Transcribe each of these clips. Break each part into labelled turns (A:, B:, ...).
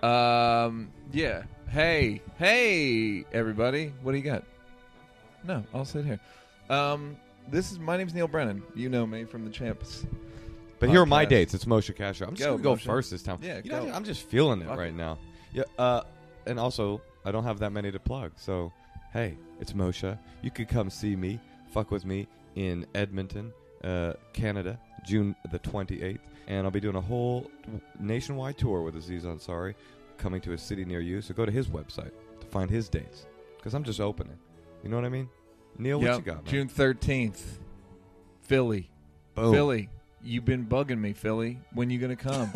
A: Um, Yeah. Hey, hey, everybody. What do you got? No, I'll sit here. Um, this is my name's Neil Brennan. You know me from the Champs.
B: But here are my
A: Podcast.
B: dates. It's Moshe Kasher. I'm just
A: Go,
B: gonna go
A: Moshe.
B: first this time.
A: Yeah,
B: You know,
A: go.
B: I'm just feeling it
A: Fuck
B: right
A: it.
B: now. Yeah, uh, and also I don't have that many to plug. So hey, it's Moshe. You could come see me, fuck with me in Edmonton, uh, Canada, June the 28th, and I'll be doing a whole nationwide tour with Aziz Ansari, coming to a city near you. So go to his website to find his dates, because I'm just opening. You know what I mean? Neil, what
A: Yep.
B: you got? Man?
A: June 13th. Philly.
B: Boom.
A: Philly, you've been bugging me, Philly. When you gonna come?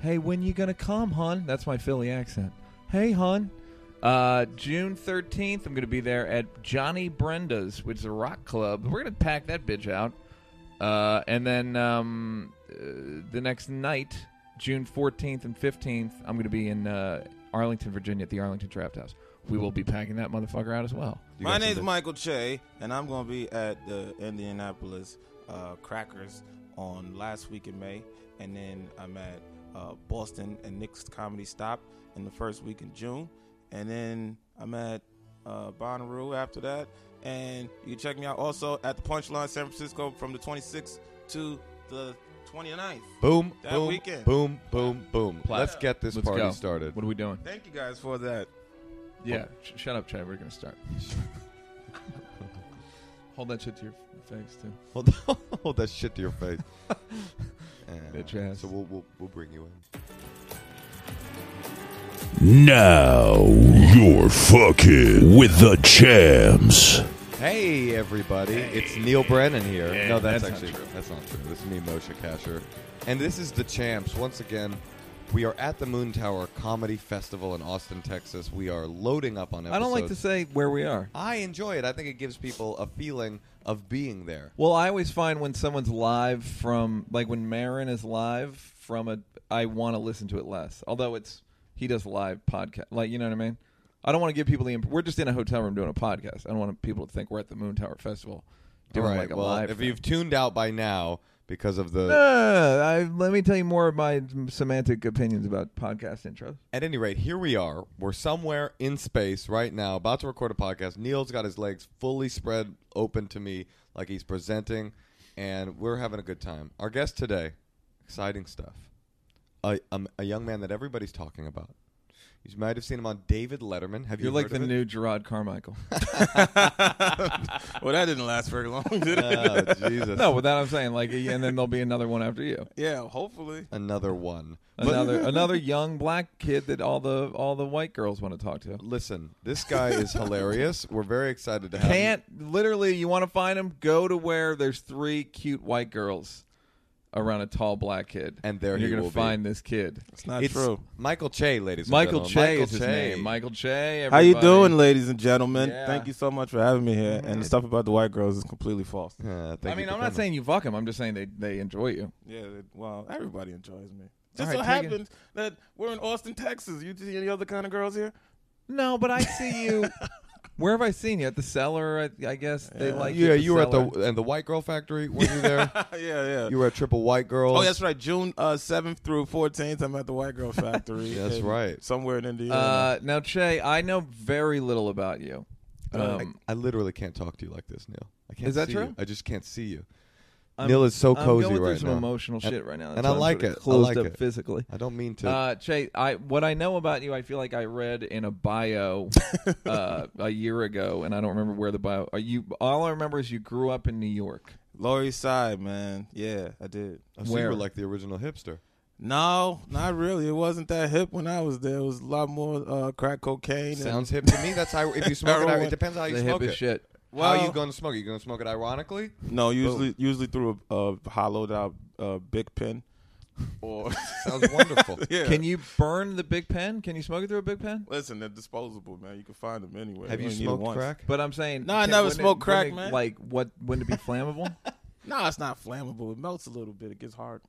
A: hey, when you gonna come, hon? That's my Philly accent. Hey, hon. Uh, June thirteenth, I'm gonna be there at Johnny Brenda's, which is a rock club. We're gonna pack that bitch out. Uh, and then um, uh, the next night, June fourteenth and fifteenth, I'm gonna be in uh, Arlington, Virginia, at the Arlington Draft House. We will be packing that motherfucker out as well.
B: You
C: My
B: got some
C: name's
B: dates?
C: Michael Che, and I'm going to be at the Indianapolis uh, Crackers on last week in May, and then I'm at uh, Boston and Nick's Comedy Stop in the first week in June, and then I'm at uh, Bonnaroo after that. And you can check me out also at the Punchline San Francisco from the 26th to the 29th.
B: Boom,
C: That
B: boom,
C: weekend.
B: boom, boom, boom.
A: Plat-
B: Let's get this
A: Let's
B: party
A: go.
B: started.
A: What are we doing?
C: Thank you guys for that.
A: Yeah, sh- shut up, Chad. We're gonna start. Hold that shit to your f- face too.
B: Hold, hold that shit to your face. And,
A: Bitch ass.
B: So we'll, we'll, we'll bring you in.
D: Now you're fucking with the champs.
B: Hey, everybody. It's Neil Brennan here.
A: Hey,
B: no, that's,
A: that's not
B: actually
A: true.
B: That's not true. This is me, Moshe Kasher. And this is The Champs. Once again, we are at the Moon Tower Comedy Festival in Austin, Texas. We are loading up on episodes.
A: I don't like to say where we are.
B: I enjoy it. I think it gives people a feeling of being there.
A: Well, I always find when someone's live from, like when Marin is live from a, I want to listen to it less. Although it's he does live podcast, like you know what I mean. I don't want to give people the. Imp- we're just in a hotel room doing a podcast. I don't want people to think we're at the Moon Tower Festival doing
B: All right.
A: like a
B: well,
A: live.
B: if
A: thing.
B: you've tuned out by now because of the
A: Uh, I, let me tell you more of my semantic opinions about podcast intros.
B: At any rate, here we are. We're somewhere in space right now, about to record a podcast. Neil's got his legs fully spread open to me, like he's presenting, and we're having a good time. Our guest today, exciting stuff. A, um, a young man that everybody's talking about. You might have seen him on David Letterman. Have you
A: You're like
B: heard
A: the
B: of it?
A: new Gerard Carmichael.
C: Well, that didn't last very long, did it?
B: Oh, Jesus.
A: No, but that I'm saying, like, and then there'll be another one after you.
C: Yeah, hopefully.
B: Another one. But
A: Another another young black kid that all the all the white girls want to talk to.
B: Um, listen, this guy is hilarious. We're very excited to have him.
A: Can't literally, you want to find him? Go to where there's three cute white girls around a tall black kid,
B: And there
A: you're
B: he
A: gonna
B: will be.
A: find this kid.
C: It's not
B: It's
C: true.
B: Michael Che, ladies and
A: Michael
B: gentlemen.
A: Che
B: Michael
A: is his
B: Che.
A: name. Michael Che.
C: How you
A: everybody.
C: doing, ladies and gentlemen?
A: Yeah.
C: Thank you so much for having me here. And the stuff about the white girls is completely false.
B: Uh, thank
A: I
B: you
A: mean,
B: for
A: I'm
B: coming.
A: not saying you fuck him. I'm just saying they they enjoy you.
C: Yeah, well, everybody enjoys me.
A: All
C: Just
A: right,
C: so
A: take it.
C: happens that we're in Austin, Texas. You see any other kind of girls here?
A: No, but I see you. Where have I seen you? At the cellar, I, I guess they like.
B: yeah,
A: at
B: you were at
A: cellar.
B: the and the White Girl Factory. Were you there?
C: yeah, yeah.
B: you were at Triple White Girl.
C: oh, that's right. June uh, 7th through 14th, I'm at the White Girl Factory.
B: That's
C: in-
B: right.
C: Somewhere in Indiana.
A: Uh, now, Che, I know very little about you. Um,
B: I, I literally can't talk to you like this, Neil. I can't.
A: Is that
B: see
A: true?
B: You. I just can't see you.
A: I'm-
B: Neil is so
A: I'm
B: cozy
A: going through
B: right
A: some
B: now.
A: emotional
B: And-
A: shit right now,
B: and
A: that's
B: I
A: why I'm
B: like
A: sort of
B: it. I
A: Closed
B: like
A: up
B: it.
A: physically.
B: I don't mean to.
A: Uh, Che, I what I know about you, I feel like I read in a bio uh, a year ago, and I don't remember where the bio. Are you? All I remember is you grew up in New York.
C: Lower East Side, man. Yeah, I did.
B: oh, so you
A: where?
B: were like the original hipster.
C: No, not really. It wasn't that hip when I was there. It was a lot more uh, crack cocaine.
B: Sounds hip to me. That's how. If you smoke it, I- it
C: Heroin.
B: depends how you
A: the
B: smoke
A: hippest
B: it.
A: shit.
B: how are you
C: Well-
B: going to smoke it? You going to smoke it ironically?
C: And, no, usually usually through a, a hollowed out uh, big pin. Or
B: Sounds wonderful.
C: yeah.
A: Can you burn the big pen? Can you smoke it through a big pen?
C: Listen, they're disposable, man. You can find them anywhere.
B: Have you
C: only need it
B: smoked
C: once.
B: crack?
A: But I'm saying,
C: No, I
A: can-
C: never
A: wouldn't it-
C: smoked crack,
A: wouldn't it,
C: man.
A: Like, what? Wouldn't it be flammable?
C: No, it's not flammable. It melts a little bit. It gets hard.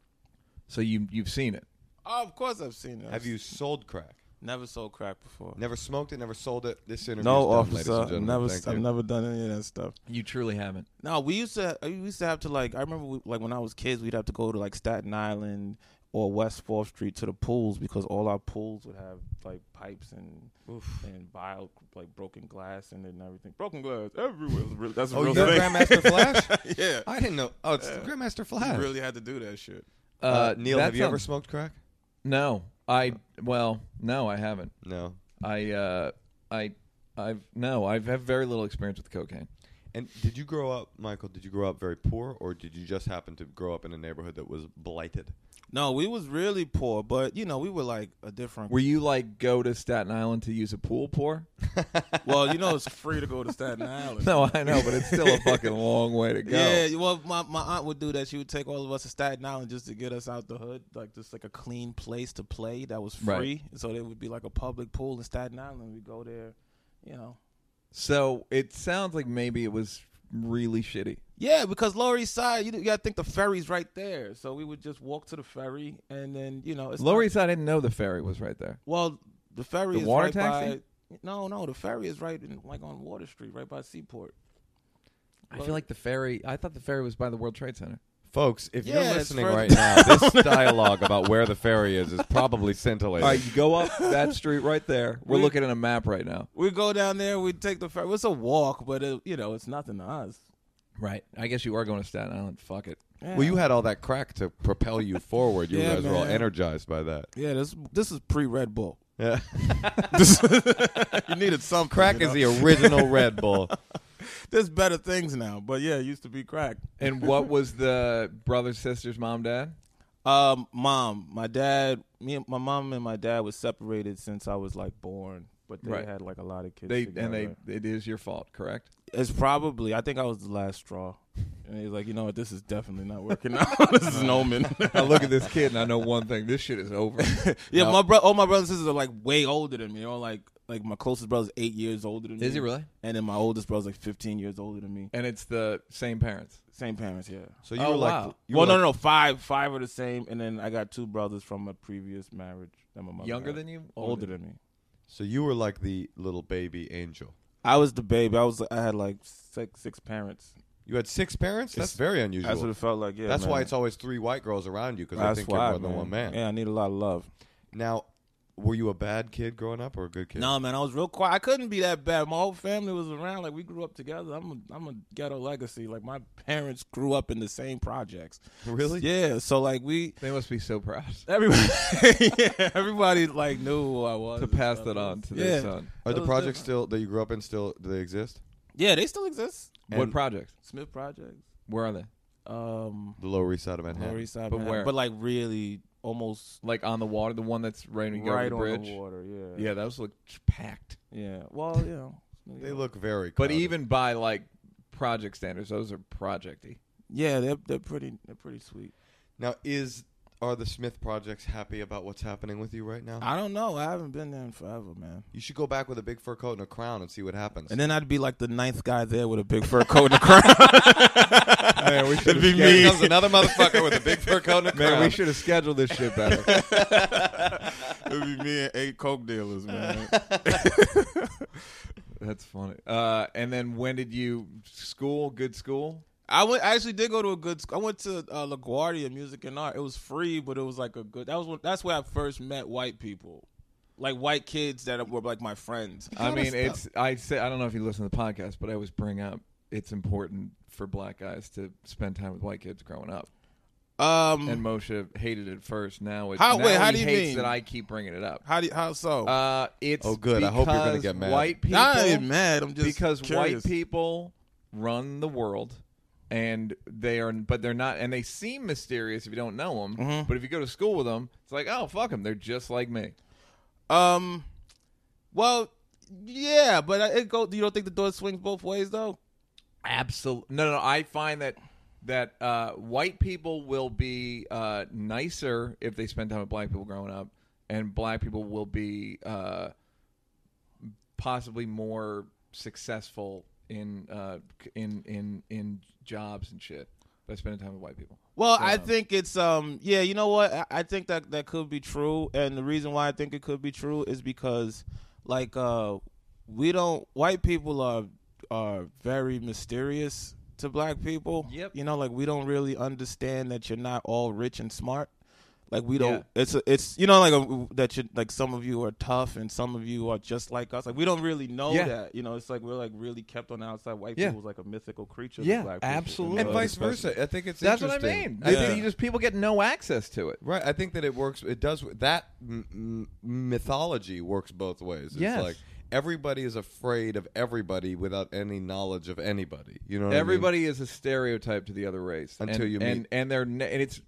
A: so you you've seen it.
C: Oh, of course I've seen it.
B: Have you sold crack?
C: never sold crack before?
B: Never smoked it. Never sold it. This interview.
C: No,
B: done, ladies
C: officer.
B: and
C: I've
B: gentlemen.
C: never,
B: Thank
C: I've
B: you.
C: never done any of that stuff.
A: You truly haven't.
C: No, we used to, we used to have to like. I remember, we, like when I was kids, we'd have to go to like Staten Island or West Fourth Street to the pools because all our pools would have like pipes and and vile like broken glass in it and everything. Broken glass everywhere. It's real- That's a
B: Oh,
C: real
B: you got
C: thing.
B: Grandmaster Flash?
E: yeah,
B: I didn't know. Oh, it's Grandmaster Flash.
E: really had to do that shit.
A: Uh,
B: Uh, Neil,
A: that
B: have you ever
A: sounds-
B: smoked crack?
A: No, I well, no, I haven't.
B: No.
A: I uh, I I've no, I've have very little experience with cocaine.
B: And did you grow up, Michael? Did you grow up very poor, or did you just happen to grow up in a neighborhood that was blighted?
C: No, we was really poor, but you know we were like a different.
A: Were you like go to Staten Island to use a pool pour?
C: well, you know it's free to go to Staten Island.
A: No, I know, but it's still a fucking long way to go.
C: Yeah, well, my, my aunt would do that. She would take all of us to Staten Island just to get us out the hood, like just like a clean place to play that was free.
A: Right.
C: So there would be like a public pool in Staten Island. We go there, you know.
A: So it sounds like maybe it was really shitty.
C: Yeah, because Lower East Side, you, you gotta think the ferry's right there. So we would just walk to the ferry, and then you know, it's
A: Lower
C: not-
A: East Side, I didn't know the ferry was right there.
C: Well, the ferry
A: The
C: is
A: water
C: right
A: taxi?
C: by. No, no, the ferry is right in like on Water Street, right by Seaport.
A: I feel like the ferry. I thought the ferry was by the World Trade Center.
B: Folks, if
C: Yeah,
B: you're
C: it's
B: listening
C: further
B: right now, this dialogue about where the ferry is is probably scintillating.
A: All right, you go up that street right there. We're looking at a map right now.
C: We go down there, we take the ferry. It's a walk, but it, you know, it's nothing to us.
A: Right. I guess you are going to Staten Island. Fuck it.
B: Well, you had all that crack to propel you forward. You
C: Yeah,
B: guys were all
C: man.
B: energized by that.
C: Yeah, this this is pre Red Bull.
B: Yeah.
C: You needed some
B: crack is the original Red Bull.
A: e-
C: There's better things now, but yeah, it used to be crack.
A: And what was the brothers, sisters, mom, dad?
C: Um, mom, my dad, me, and my mom and my dad was separated since I was like born, but they
A: Right.
C: had like a lot of kids.
A: They
C: together.
A: and they. It is your fault, correct?
C: It's probably I think I was the last straw, and he's like, you know what, this is definitely not working out. this is an omen.
A: I look at this kid and I know one thing: this shit is over.
C: yeah, my bro, all my brothers and sisters are like way older than me. You know, like like my closest brother's eight years older than me.
A: Is he really?
C: And then my oldest brother's like 15 years older than me.
A: And it's the same parents.
C: Same parents, yeah.
B: So you
A: Oh,
B: were like,
A: wow.
B: you
C: well,
B: were
C: no,
B: like-
C: no, no, five, five are the same, and then I got two brothers from a previous marriage. That my mother
A: Younger
C: had.
A: than you? Older
C: older
A: than-
C: than me.
B: So you were like the little baby angel.
C: I was the baby. I was, I had like six, six parents.
B: You had six parents. That's very unusual.
C: That's what it felt like. Yeah,
B: That's
C: man.
B: why it's always three white girls around you because I
C: That's
B: think
C: why,
B: you're more than one man.
C: Yeah, I need a lot of love.
B: Now, were you a bad kid growing up or a good kid?
C: No, man, I was real quiet. I couldn't be that bad. My whole family was around. Like we grew up together. I'm a, I'm a ghetto legacy. Like my parents grew up in the same projects.
B: Really?
C: Yeah. So like we.
A: They must be so proud
C: Everybody, yeah, everybody like knew who I was.
A: to pass that on to their
C: Yeah.
A: son.
B: Are
C: That
B: the
C: was
B: projects still that you grew up in still do they exist?
C: Yeah, they still exist.
A: what
B: And-
A: projects?
C: Smith Projects.
A: Where are they?
C: Um,
B: The Lower East Side of Manhattan.
C: Lower East Side,
A: But
C: Manhattan.
A: where?
C: But like really, almost
A: Like on the water, the one that's raining
C: right
A: over
C: on
A: the bridge.
C: the water. Yeah.
A: Yeah, those look packed.
C: Yeah. Well, you know. New
B: They
C: York.
B: look very.
A: But
B: crowded.
A: even by like project standards, those are projecty.
C: Yeah, they're they're pretty they're pretty sweet.
B: now, is are the Smith projects happy about what's happening with you right now?
C: I don't know. I haven't been there in forever, man.
B: you should go back with a big fur coat and a crown and see what happens.
C: And then I'd be like the ninth guy there with a big fur coat and a crown.
A: Man, we should
B: Here comes another motherfucker with a big fur coat and a crown.
A: Man, we should have scheduled this shit better.
C: It'd be me and eight coke dealers, man.
A: That's funny. Uh, and then when did you school? Good school.
C: I went. I actually did go to a good. School. I went to uh, LaGuardia Music and Art. It was free, but it was like a good. That was when, that's where I first met white people, like white kids that were like my friends.
A: I mean, it's. I say I don't know if you listen to the podcast, but I always bring up it's important for black guys to spend time with white kids growing up.
C: Um,
A: And Moshe hated it first. Now it's
C: How-
A: now
C: wait, how
A: he
C: do you
A: hates
C: mean?
A: that I keep bringing it up.
C: how do you, how so?
A: Uh, it's
B: Oh, good. I hope you're gonna
A: because
B: get mad.
A: White people.
C: Nah, I ain't mad. I'm just
A: because white
C: curious.
A: people run the world and they are but they're not and they seem mysterious if you don't know them
C: Mm-hmm.
A: but if you go to school with them it's like oh fuck them they're just like me
C: Um, well, yeah, but I- it go. You don't think the door swings both ways though?
A: absolutely no no i find that that uh, white people will be uh, nicer if they spend time with black people growing up and black people will be uh, possibly more successful in uh, c- in in in jobs and shit by spending time with white people
C: Well, I think it's um yeah, you know what? I, I think that that could be true and the reason why I think it could be true is because like uh we don't white people are are very mysterious to black people.
A: Yep.
C: You know, like we don't really understand that you're not all rich and smart. Like we don't. It's a, it's you know like a, that. You, like some of you are tough, and some of you are just like us. Like we don't really know
A: Yeah.
C: that. You know, it's like we're like really kept on the outside. White
B: Yeah.
C: people's like a mythical creature. to
A: Yeah,
C: black people,
B: absolutely.
C: you know,
B: And vice
C: especially-
B: versa. I think it's
A: That's what I
B: interesting.
A: mean.
B: Yeah.
A: I think you just people get no access to it.
B: Right, I think that it works. It does that m- m- mythology works both ways. It's
A: Yes.
B: like everybody is afraid of everybody without any knowledge of anybody. You know, what I mean?
A: Everybody is a stereotype to the other race
B: Until
A: and,
B: you meet-
A: and and they're ne- and it's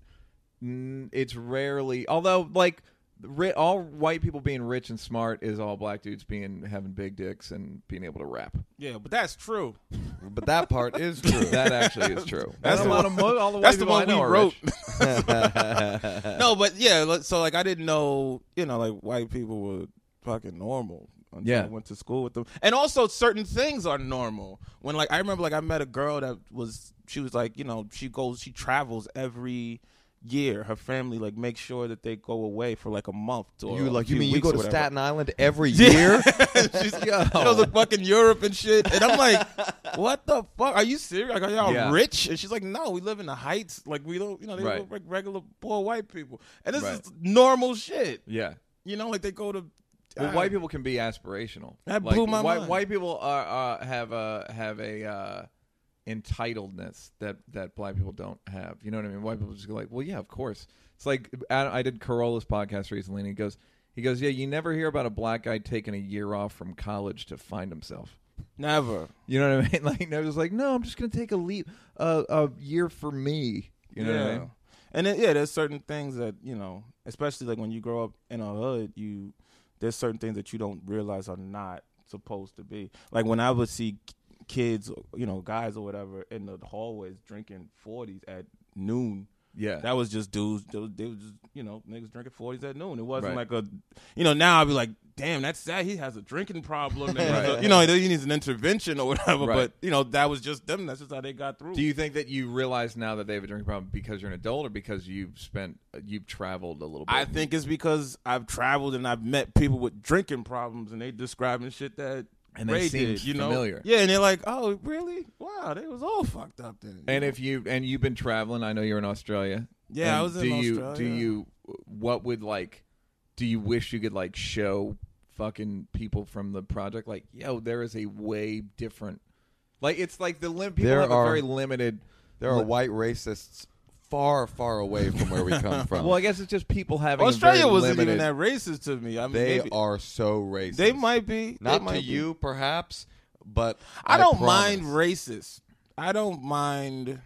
A: n- it's rarely although like ri- all white people being rich and smart is all black dudes being having big dicks and being able to rap.
C: Yeah, but that's true.
B: but that part is true.
A: That actually is true.
C: That's
A: And
C: the
A: a lot
C: one-
A: of mo- all the
C: That's
A: white
C: the
A: people I
C: one we
A: know are
C: wrote.
A: rich.
C: no, but yeah. like- So like I didn't know. You know, like white people were fucking normal. Until
A: Yeah.
C: I went to school with them, and also certain things are normal. When like I remember, like I met a girl that was she was like you know she goes she travels every year. Her family like makes sure that they go away for like a month or
B: you
C: a
B: like you
C: few
B: mean you
C: weeks
B: go
C: or
B: to
C: whatever.
B: Staten Island every year?
C: She's, She goes
A: Oh.
C: to fucking Europe and shit. And I'm like, what the fuck? Are you serious? Like, are y'all
A: Yeah.
C: rich? And she's like, no, we live in the heights. Like, we don't, you know, they
A: Right.
C: look like regular poor white people. And this
A: Right.
C: is normal shit.
A: Yeah.
C: You know, like they go to.
A: Well,
C: Ah.
A: white people can be aspirational.
C: That
A: Like,
C: blew my
A: white,
C: mind.
A: White people are, are have a have a uh, entitledness that that black people don't have. You know what I mean? White people just go like, well, yeah, of course. It's like I, I did Corolla's podcast recently, and he goes, he goes, yeah, you never hear about a black guy taking a year off from college to find himself.
C: Never.
A: You know what I mean? Like, I was like, no, I'm just gonna take a leap, uh, a year for me. You know what I mean?
C: And then, yeah, there's certain things that, you know, especially like when you grow up in a hood, you there's certain things that you don't realize are not supposed to be. Like when I would see k- kids, you know, guys or whatever in the hallways drinking 40s at noon.
A: Yeah.
C: That was just dudes. They was, they was just, you know, niggas drinking 40s at noon. It wasn't
A: Right.
C: like a, you know, now I'd be like, damn, that's sad. He has a drinking problem. And he's a- You know, he needs an intervention or whatever.
A: Right.
C: But, you know, that was just them. That's just how they got through.
A: Do you think that you realize now that they have a drinking problem because you're an adult, or because you've spent you've traveled a little bit?
C: I think it's because I've traveled and I've met people with drinking problems and they describing shit that
A: And they
C: Ray
A: seemed
C: did, you know?
A: familiar.
C: Yeah, and they're like, "Oh, really? Wow, they was all fucked up then."
A: And if you and you've been traveling, I know you're in Australia.
C: Yeah,
A: And
C: I was in
A: do you,
C: Australia.
A: Do you? What would like? Do you wish you could like show fucking people from the project like, yo, there is a way different. Like it's like the lim- people
B: There
A: have
B: are-
A: a very limited.
B: there are white racists far, far away from where we come from.
A: Well, I guess it's just people having a
C: Australia
A: very
C: wasn't even
A: limited-
C: that racist to me. I mean,
B: they
C: maybe-
B: are so racist.
C: They might be.
B: not
C: They might
B: to
C: be.
B: you, perhaps, but
C: I don't
B: promise.
C: mind racist. I don't mind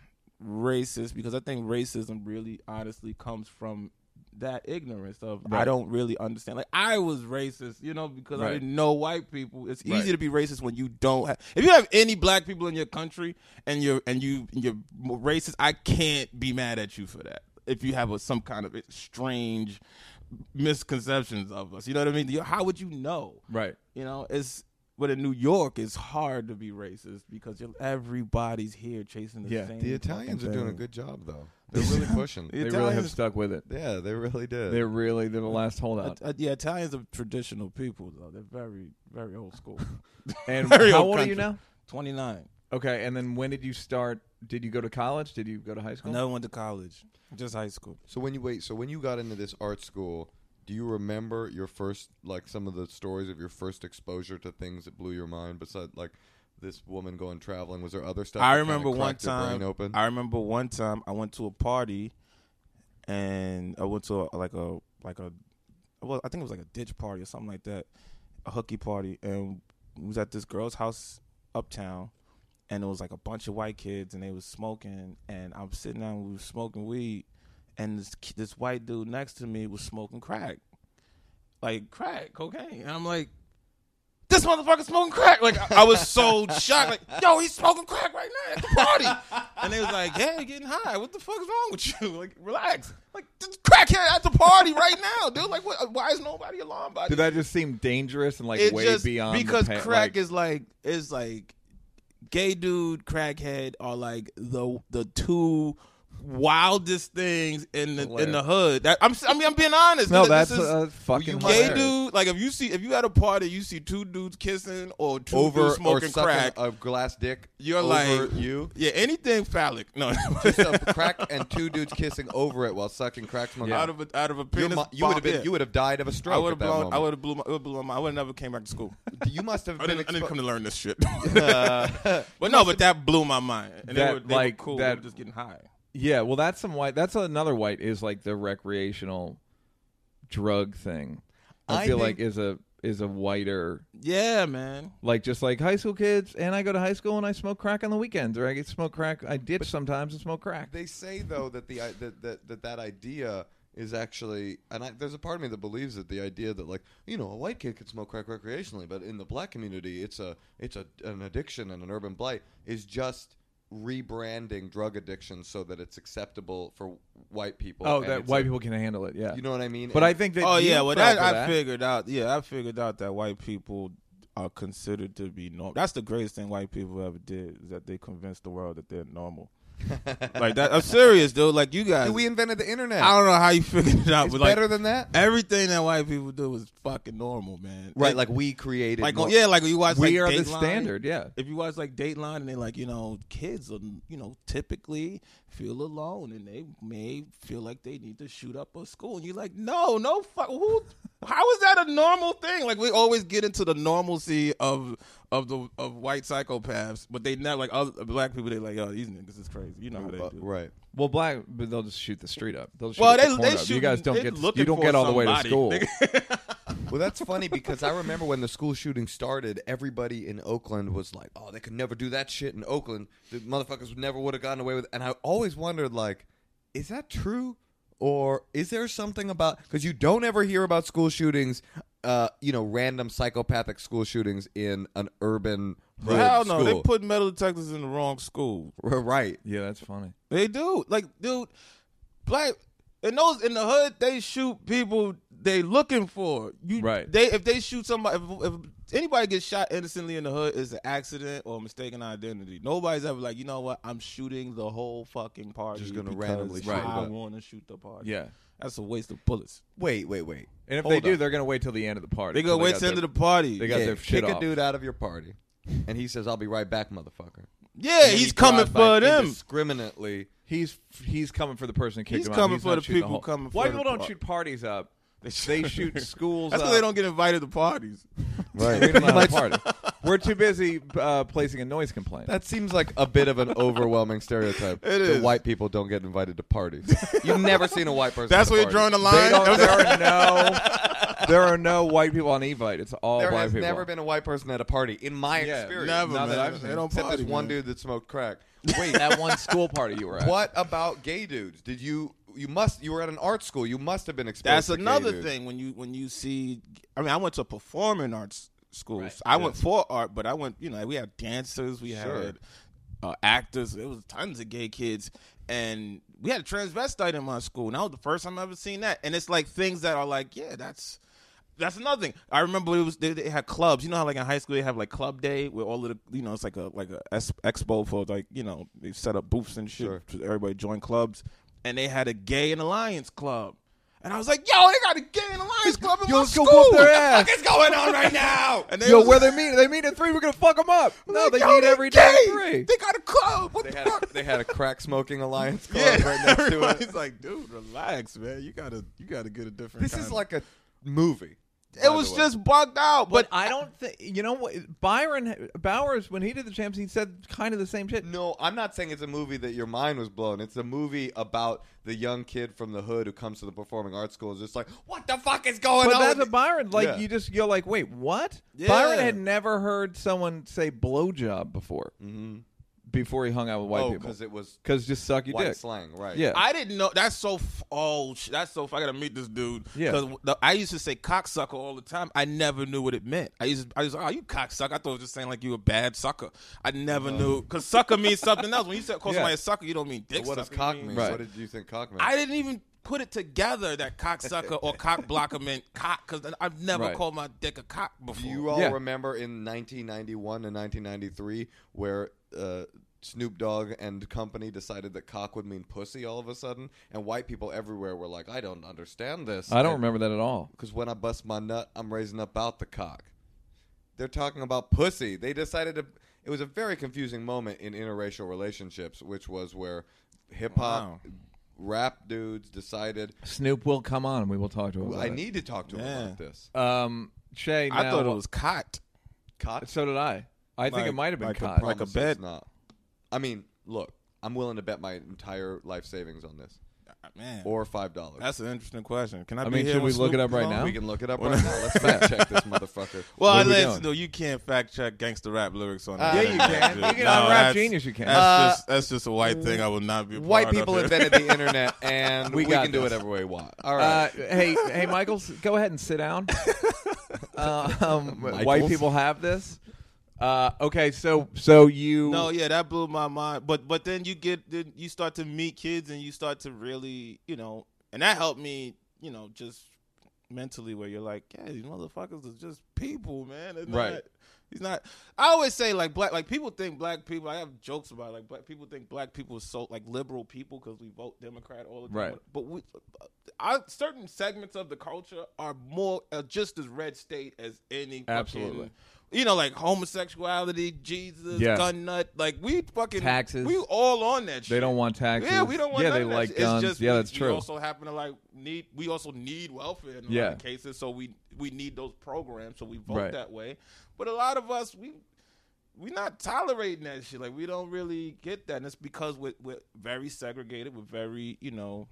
C: racist because I think racism really honestly comes from that ignorance of I don't really understand. Like I was racist, you know, because I
A: Right.
C: didn't know white people. It's easy
A: Right.
C: to be racist when you don't have if you have any black people in your country and you're and you you're racist, I can't be mad at you for that. If you have a, some kind of strange misconceptions of us. You know what I mean? You- How would you know?
A: Right.
C: You know, it's but in New York, it's hard to be racist because you're, everybody's here chasing the
A: Yeah.
C: same.
B: The Italians are
C: fucking
B: doing a
C: thing.
B: good job, though. They're really pushing.
A: They really have
C: Italians-
A: stuck with it.
B: yeah, they really did.
A: They're really they're the last holdout.
C: Uh, yeah, Italians are traditional people though. They're very, very old school.
A: And
C: very
A: how
C: old
A: old are you
C: country.
A: now?
C: Twenty nine.
A: Okay, and then when did you start? Did you go to college? Did you go to high school?
C: Never went to college, just high school.
B: So when you wait, so when you got into this art school, do you remember your first like some of the stories of your first exposure to things that blew your mind? Besides, like this woman going traveling, was there other stuff?
C: I
B: that kinda
C: remember one
B: cracked your
C: time.
B: brain open.
C: I remember one time I went to a party, and I went to a, like a like a well, I think it was like a ditch party or something like that, a hooky party, and we was at this girl's house uptown, and it was like a bunch of white kids, and they was smoking, and I'm sitting down, we was smoking weed, and this ki- this white dude next to me was smoking crack, like crack cocaine, and I'm like. This motherfucker smoking crack. Like I I was so shocked. Like, yo, he's smoking crack right now at the party. And they was like, yeah, you're getting high. What the fuck's wrong with you? Like, relax. Like, this crack here at the party right now, dude. Like, what, why is nobody alarmed by
A: Did
C: this?
A: that just seem dangerous and like
C: It
A: way
C: just-
A: beyond the
C: because
A: pa-
C: crack
A: like-
C: is like is like gay dude crackhead are like the the two wildest things in the in the hood. That, I'm I mean I'm being honest.
A: No,
C: This
A: that's
C: is-
A: uh, fucking
B: you
C: gay
B: Hilarious.
C: dude. Like if you see if you at a party, you see two dudes kissing or two
B: over
C: dudes
B: or
C: smoking
B: sucking
C: crack.
B: a glass dick.
C: You're
B: over
C: like-
B: you.
C: yeah, anything phallic. No,
B: Just a crack and two dudes kissing over it while sucking crack smoking.
C: out of a, out of a
B: Your
C: penis.
B: mo- you would have been.
C: yeah.
B: You would have died of a stroke.
C: I would have
B: at that
C: blown. I
B: moment.
C: would have blew. My, I would blow my. I would never came back to school.
B: You must have
C: I
B: been.
C: didn't, I didn't
B: expo-
C: come to learn this shit. but no, but that blew my mind. And
A: That,
C: they were, they
A: like,
C: were cool.
A: that-
C: they were just getting high.
A: Yeah, well, that's some white. That's another white is like the recreational drug thing. I,
B: I
A: feel like
B: think-
A: is a is a whiter
C: Yeah, man.
A: like just like high school kids. And I go to high school and I smoke crack on the weekends, or I get to smoke crack. I ditch sometimes and smoke crack.
B: They say though that the i- that that that, that idea is actually, and I, there's a part of me that believes that the idea that like you know a white kid can smoke crack recreationally, but in the black community it's a it's a an addiction and an urban blight is just rebranding drug addiction so that it's acceptable for white people.
A: oh,
B: and
A: that
B: it's
A: white
B: a-
A: people can handle it. Yeah,
B: You know what I mean?
A: but
B: And
A: I think that.
C: Oh
A: you
C: yeah, well
A: fell
C: that,
A: for
C: I figured out. Yeah, I figured out that white people are considered to be normal. That's the greatest thing white people ever did is that they convinced the world that they're normal. like that. I'm serious, dude. Like you guys,
B: Dude, we invented the internet.
C: I don't know how you figured it out,
B: it's
C: but like
B: better than that,
C: everything that white people do is fucking normal, man.
B: right?
C: It-
B: Like we created.
C: like
B: more-
C: yeah, like you watch.
A: we
C: like,
A: are the
C: Dateline.
A: standard. Yeah,
C: If you watch like Dateline and they like, you know, kids are, you know, typically feel alone and they may feel like they need to shoot up a school. And you're like, no, no, fuck, who, how is that a normal thing? Like we always get into the normalcy of of the of white psychopaths, but they never like other black people. They like, oh, these niggas is crazy. You know how they
B: Uh,
C: do.
B: right.
A: Well, black, but they'll just shoot the street up. They'll shoot
C: Well,
A: the
C: they
A: corner
C: they
A: up.
C: shoot.
A: You guys don't
C: they
A: get to-
C: looking
A: you don't
C: for
A: get all the way to
C: somebody.
A: school.
B: Well, that's funny because I remember when the school shooting started, everybody in Oakland was like, "Oh, they could never do that shit in Oakland. The motherfuckers never would have gotten away with." it." And I always wondered, like, is that true, or is there something about because you don't ever hear about school shootings, uh, you know, random psychopathic school shootings in an urban hood
C: Hell no, they
B: school.
C: put metal detectors in the wrong school.
B: right.
A: Yeah, that's funny.
C: They do. Like, dude, black in those in the hood, they shoot people they looking for. You
A: Right.
C: They if they shoot somebody, if, if anybody gets shot innocently in the hood, it's an accident or mistaken identity. Nobody's ever like, you know what? I'm shooting the whole fucking party.
B: Just gonna
C: because
B: randomly shoot
A: it
C: I
B: up.
C: want to shoot the party.
A: Yeah,
C: that's a waste of bullets.
B: Wait, wait, wait.
A: and if
B: Hold
A: they do,
B: up.
A: they're gonna wait till the end of the party.
C: They go
A: till
C: wait
A: got
C: till end
A: their-
C: of the party.
A: they got
C: yeah,
A: their shit
B: kick a
A: off.
B: dude out of your party, and he says, "I'll be right back, motherfucker."
C: yeah
B: And
C: he's
B: he
C: coming
B: drives by
C: for them.
B: indiscriminately.
A: He's he's coming for the person who kicked
C: He's
A: him out.
C: coming for
A: not
C: the
A: shooting
C: people
A: whole-
C: coming for
A: White
C: the
A: people don't
C: par-
A: shoot parties up. They shoot schools.
C: That's
A: up.
C: because they don't get invited to parties.
B: Right.
A: They don't have a party. We're too busy uh, placing a noise complaint.
B: That seems like a bit of an overwhelming stereotype.
C: It
B: that
C: is.
B: white people don't get invited to parties. You've never seen a white person.
C: That's
B: at a
C: where you're drawing
B: party.
C: the
A: They
C: line.
A: don't, there are no there are no white people on Evite. It's all
B: There
A: black
B: has
A: people.
B: never been a white person at a party in my
A: Yeah,
B: experience.
C: Never,
A: Not
C: man.
A: that I've seen.
C: They don't
B: Except
C: party,
B: this one
C: man.
B: dude that smoked crack. Wait,
A: that one school party you were at.
B: what about gay dudes? Did you you must you were at an art school? You must have been exposed.
C: That's
B: to gay
C: another
B: dudes.
C: thing when you when you see. I mean, I went to performing arts schools.
A: Right.
C: I went for art, but I went. You know, we had dancers, we
B: Sure.
C: had uh, actors. There was tons of gay kids, and we had a transvestite in my school. And that was the first time I ever seen that. And it's like things that are like, yeah, that's. That's another thing. I remember it was they, they had clubs. You know how like in high school they have like club day where all of the you know it's like a like a es- expo for like you know they set up booths and shit.
B: Sure.
C: to Everybody join clubs, and they had a gay and alliance club. And I was like, "Yo, they got a gay and alliance club in
A: Yo,
C: my
A: let's go
C: school.
A: whoop their
C: What the
A: ass."
C: fuck is going on right now?" And they
A: Yo,
C: was
A: where they
C: like,
A: meet? They meet at three. We're gonna fuck them up. No, they
C: "Yo,
A: meet
C: they're
A: every day at
C: gay.
A: three.
C: They got a club. What
B: They
C: the
B: had
C: fuck?
B: they had a crack smoking alliance club
C: yeah,
B: right next to it.
C: everybody's like, "Dude, relax, man. You gotta, you gotta get a different."
B: This
C: kind
B: is
C: of-
B: like a movie. by
C: it
B: the
C: was
B: way.
C: just bugged out.
A: But
C: But
A: I don't think you know what Byron Bowers when he did the champs he said kind of the same shit.
B: No, I'm not saying it's a movie that your mind was blown. It's a movie about the young kid from the hood who comes to the performing arts school and is just like, what the fuck is going
A: But
B: on?
A: that's a
B: with the-"
A: Byron. Like
B: Yeah.
A: you just you're like, wait, what?
C: Yeah.
A: Byron had never heard someone say blowjob before.
C: Mm-hmm.
A: Before he hung out with white
B: oh,
A: people,
B: because it was
A: because just suck your
B: white
A: dick.
B: slang, right?
A: Yeah.
C: I didn't know. That's so. F- oh, sh- that's so. F- I gotta meet this dude.
A: Yeah.
C: 'Cause the- I used to say cocksucker all the time. I never knew what it meant. I used. To, I was. Oh, you cocksucker. I thought it was just saying like you a bad sucker. I never knew because sucker means something else. When you say call
A: Yeah.
C: somebody a sucker, you don't mean dick.
B: But what does
C: sucker,
B: cock
C: you
B: mean?
C: mean-
A: Right.
B: What did you think cock meant?
C: I didn't even put it together that cocksucker or cock blocker meant cock because I've never
A: Right.
C: called my dick a cock before.
B: Do you all
A: Yeah.
B: remember in 1991 and 1993 where uh, Snoop Dogg and company decided that cock would mean pussy all of a sudden, and white people everywhere were like, "I don't understand this."
A: I don't remember that at all.
B: because when I bust my nut, I'm raising up out the cock. They're talking about pussy. They decided to. It was a very confusing moment in interracial relationships, which was where hip hop,
C: Wow.
B: rap dudes decided,
A: Snoop will come on and we will talk to him. About
B: "I need to talk to him
C: Yeah.
B: about this."
A: It. Um, Shay,
C: I
A: now-
C: thought it was cot.
B: Cock
A: So did I. I think it
C: Like-
A: might have been
C: like a
A: caught.
C: pro- like a
B: promises
C: bet.
B: Not. I mean, look, I'm willing to bet my entire life savings on this,
C: Man,
B: or five dollars.
C: that's an interesting question. Can I?
A: I
C: be
A: mean,
C: here
A: should
C: when
A: we look it
C: Snoop
A: up right
C: comes on?
A: now?
B: We can look it up right now. Let's fact check this motherfucker.
C: Well,
A: What are we
C: unless
A: doing?
C: no, you can't fact check gangster rap lyrics on.
B: Uh,
C: the
B: yeah, you
C: internet,
A: can.
C: dude.
A: You can
C: No,
A: on Rap
C: that's-
A: Genius, you can.
C: That's,
B: Uh,
C: just, that's just a white thing. I will not be. a
B: White
C: part of
B: people
C: it.
B: invented the internet, and
A: We
B: we,
A: got
B: can do
A: this.
B: whatever we want. All right.
A: Uh, hey, hey, Michaels, go ahead and sit down. Uh, um, white
B: Michaels?
A: people have this. Uh, okay, so so you
C: No, yeah, that blew my mind. But but then you get then you start to meet kids and you start to really you know, and that helped me you know just mentally where you're like, yeah, these motherfuckers are just people, man. They're
B: Right.
C: Not, he's not. I always say like black like people think black people. I have jokes about it, like black people think black people are so like liberal people because we vote Democrat all the time.
A: Right.
C: But we, I, certain segments of the culture are more uh, just as red state as any. fucking-
A: Absolutely.
C: you know, like homosexuality, Jesus,
A: Yeah.
C: gun nut. Like we fucking
A: Taxes.
C: We all on that. shit.
A: they don't want taxes.
C: Yeah, we don't want.
A: Yeah,
C: none
A: they
C: of that
A: like
C: shit.
A: guns.
C: It's just
A: yeah,
C: we-
A: that's
C: We
A: true.
C: also happen to like need. We also need welfare in a
A: Yeah.
C: lot of cases, so we we need those programs, so we vote
A: Right.
C: that way. But a lot of us, we we're not tolerating that shit. Like we don't really get that, and it's because we're, we're very segregated. We're very, you know,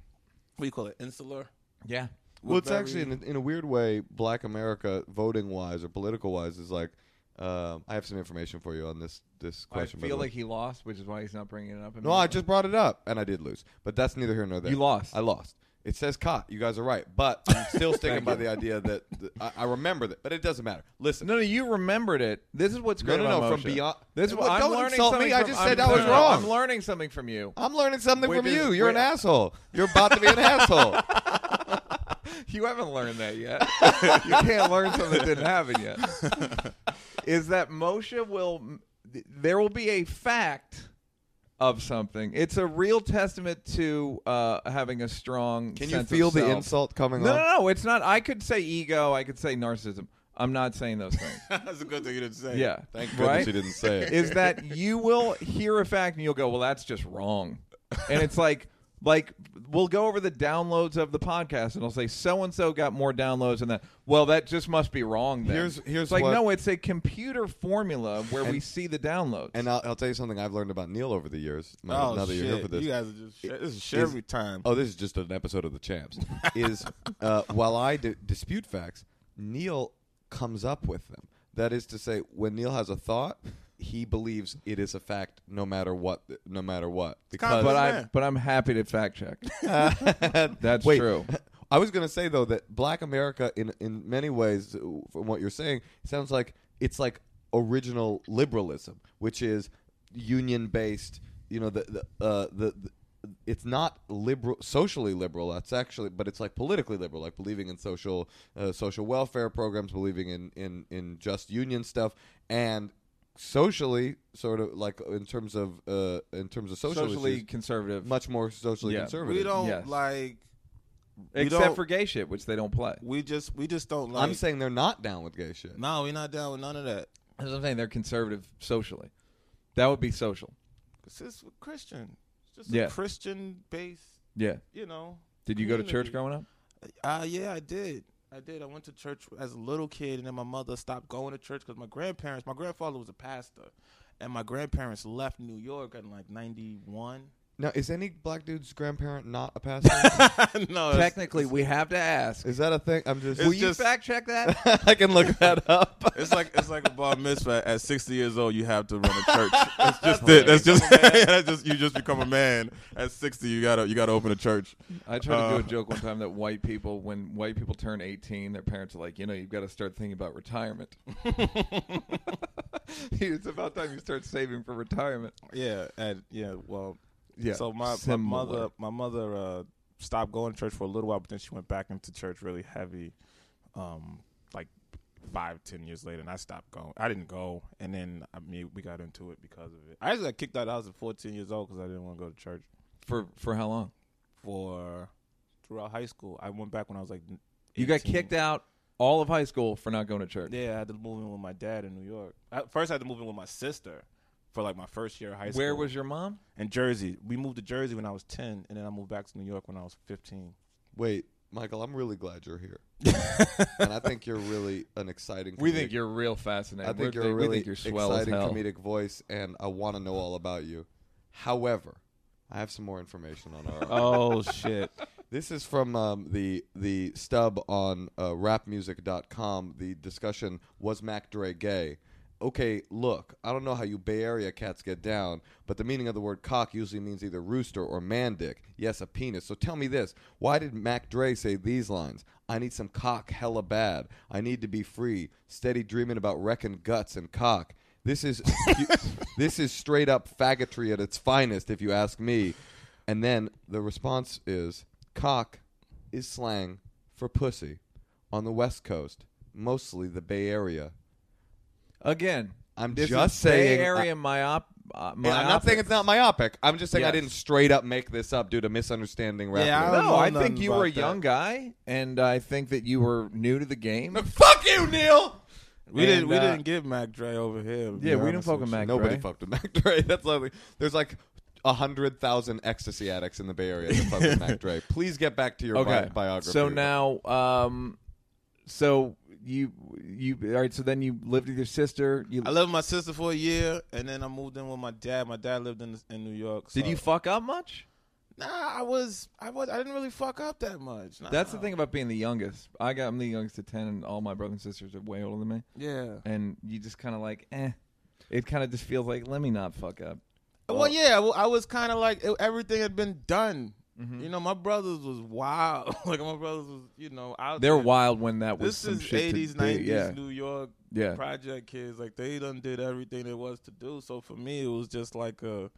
C: what do you call it, insular.
A: yeah,
B: Well, it's
C: very-
B: actually in a, in a weird way, Black America, voting wise or political wise, is like. Um, I have some information for you on this this question.
A: I
B: by
A: feel
B: the way.
A: like he lost, which is why he's not bringing it up.
B: no, I just brought it up and I did lose, but that's neither here nor there.
A: You lost.
B: I lost. It says caught. You guys are right, but I'm still sticking by the idea that th- I, I remember that, but it doesn't matter. Listen,
A: No, no, you remembered it. This is what's
B: No,
A: great
B: no, no,
A: about
B: from
A: Moshe.
B: beyond-
A: This is what
B: Well,
A: I'm
B: don't
A: learning
B: insult
A: something
B: me. I
A: from-
B: just said
A: I'm-
B: I was
A: no, no,
B: wrong.
A: I'm learning something from you.
B: I'm learning something
A: Which
B: from
A: is-
B: you. You're an
A: which-
B: asshole. You're about to be an asshole.
A: You haven't learned that yet. you can't learn something that didn't happen yet. Is that Moshe will? There will be a fact of something. It's a real testament to uh, having a strong.
B: Can you
A: sense
B: feel
A: of
B: the
A: self.
B: insult coming
A: No,
B: on?
A: no, no. It's not. I could say ego. I could say narcissism. I'm not saying those things.
C: That's a good thing you didn't say.
A: Yeah.
B: Thank goodness
A: right?
B: you didn't say it.
A: is that you will hear a fact and you'll go, "Well, that's just wrong," and it's like, like we'll go over the downloads of the podcast and I'll say, "So and so got more downloads than that." Well, that just must be wrong. Then
B: Here's- here's
A: It's like
B: what-
A: no, it's a computer formula where we see the downloads.
B: And I'll, I'll tell you something I've learned about Neil over the years. Now,
C: Oh
B: now that
C: shit!
B: you're here for this,
C: You guys are just. This
B: is-
C: is every time.
B: Oh, this is just an episode of the Champs. is uh, while I di- dispute facts, Neil comes up with them. That is to say, when Neil has a thought, he believes it is a fact, no matter what. No matter what, because
A: but I,
C: man.
A: but I'm happy to fact check. That's
B: Wait,
A: true.
B: I was gonna say though that Black America, in in many ways, uh, from what you're saying, sounds like it's like original liberalism, which is union based. You know, the the, uh, the the it's not liberal, socially liberal. That's actually, but it's like politically liberal, like believing in social uh, social welfare programs, believing in in in just union stuff, and socially sort of like in terms of uh in terms of social
A: Socially
B: issues,
A: conservative,
B: much more socially
A: Yeah.
B: conservative
C: we don't
A: yes.
C: like. we
A: except
C: don't-
A: for gay shit, which they don't play.
C: We just we just don't like.
B: I'm saying they're not down with gay shit.
C: no, we're not down with none of that.
A: That's what I'm saying. They're conservative socially. That would be social.
C: It's just Christian. It's just
A: Yeah.
C: a Christian based.
A: Yeah.
C: You know.
A: Did you go to
C: community.
A: church growing up?
C: Uh, yeah, I did. I did. I went to church as a little kid, and then my mother stopped going to church because my grandparents, my grandfather was a pastor, and my grandparents left New York in like '91.
B: Now, is any black dude's grandparent not a pastor?
C: no, it's-
A: Technically, we have to ask.
B: is that a thing? I'm just.
A: Will
C: It's
A: you
C: just-
A: fact check that?
B: I can look that up.
C: It's like it's like a bar mitzvah. At sixty years old, you have to run a church. That's just it. That's just that's just you just become a man at sixty. You gotta you gotta open a church.
A: I tried to do
C: Uh,
A: a joke one time that white people, when white people turn 18, their parents are like, you know, you've got to start thinking about retirement. it's about time you start saving for retirement.
C: Yeah, and yeah, well,
A: Yeah,
C: So my, my
A: similar.
C: mother my mother uh, stopped going to church for a little while, but then she went back into church really heavy, um, like five, ten years later, and I stopped going. I didn't go, and then I mean, we got into it because of it. I actually got kicked out of the house at 14 years old because I didn't want to go to church.
A: For for how long?
C: For throughout high school, I went back when I was like.
A: You got
C: 18.
A: kicked out all of high school for not going to church.
C: Yeah, I had to move in with my dad in New York. I, first, I had to move in with my sister for like my first year of high school.
A: Where was your mom?
C: in Jersey? We moved to Jersey when I was 10, and then I moved back to New York when I was 15.
B: Wait, Michael, I'm really glad you're here, and I think you're really an exciting.
A: We
B: comedic-
A: think you're real fascinating.
B: I think
A: We're-
B: you're a
A: we
B: really
A: think you're swell as
B: exciting
A: hell.
B: comedic voice, and I want to know all about you. However, I have some more information on our.
C: Oh shit!
B: This is from um, the the stub on uh, rapmusic.com. The discussion was Mac Dre gay. Okay, look, I don't know how you Bay Area cats get down, but the meaning of the word cock usually means either rooster or man dick. Yes, a penis. So tell me this: Why did Mac Dre say these lines? I need some cock hella bad. I need to be free. Steady dreaming about wrecking guts and cock. This is this is straight up faggotry at its finest, if you ask me. And then the response is cock is slang for pussy on the West Coast, mostly the Bay Area.
A: Again,
B: I'm
A: this
B: just
A: is
B: saying-
A: Bay Area myop. Uh,
B: And I'm not saying it's not myopic. I'm just saying I
A: Yes.
B: didn't straight up make this up due to misunderstanding rap.
C: Yeah, I
B: lyrics.
C: don't
A: No,
C: know
A: I
C: nothing
A: think you were a
C: about that.
A: young guy, and I think that you were new to the game.
B: Fuck you, Neil!
C: We didn't. We
A: And, uh,
C: didn't give Mac Dre over here. to be
A: Yeah, we didn't
C: honest
A: fuck with
C: with you.
A: Mac
B: Nobody
A: Dre.
B: fucked with Mac Dre. That's lovely. There's like a hundred thousand ecstasy addicts in the Bay Area that fuck with Mac Dre. Please get back to your bi-
A: okay.
B: biography.
A: So now, um, so you you all right? So then you lived with your sister. You
C: I lived with my sister for a year, and then I moved in with my dad. My dad lived in in New York.
A: did
C: so-
A: you fuck up much?
C: Nah, I was. I was. I didn't really fuck up that much. Nah.
A: That's the thing about being the youngest. I got I'm the youngest of ten, and all my brothers and sisters are way older than me.
C: Yeah.
A: And you just kind of like, eh. It kind of just feels like let me not fuck up.
C: Well, yeah, well, I was kind of like it- everything had been done. You know, my brothers was wild. like my brothers was, you know, out
A: They're
C: there.
A: wild when that was
C: This
A: some
C: is
A: shit to
C: eighties,
A: do,
C: nineties
A: Yeah,
C: New York
A: yeah.
C: project kids. Like they done did everything there was to do. So for me, it was just like a,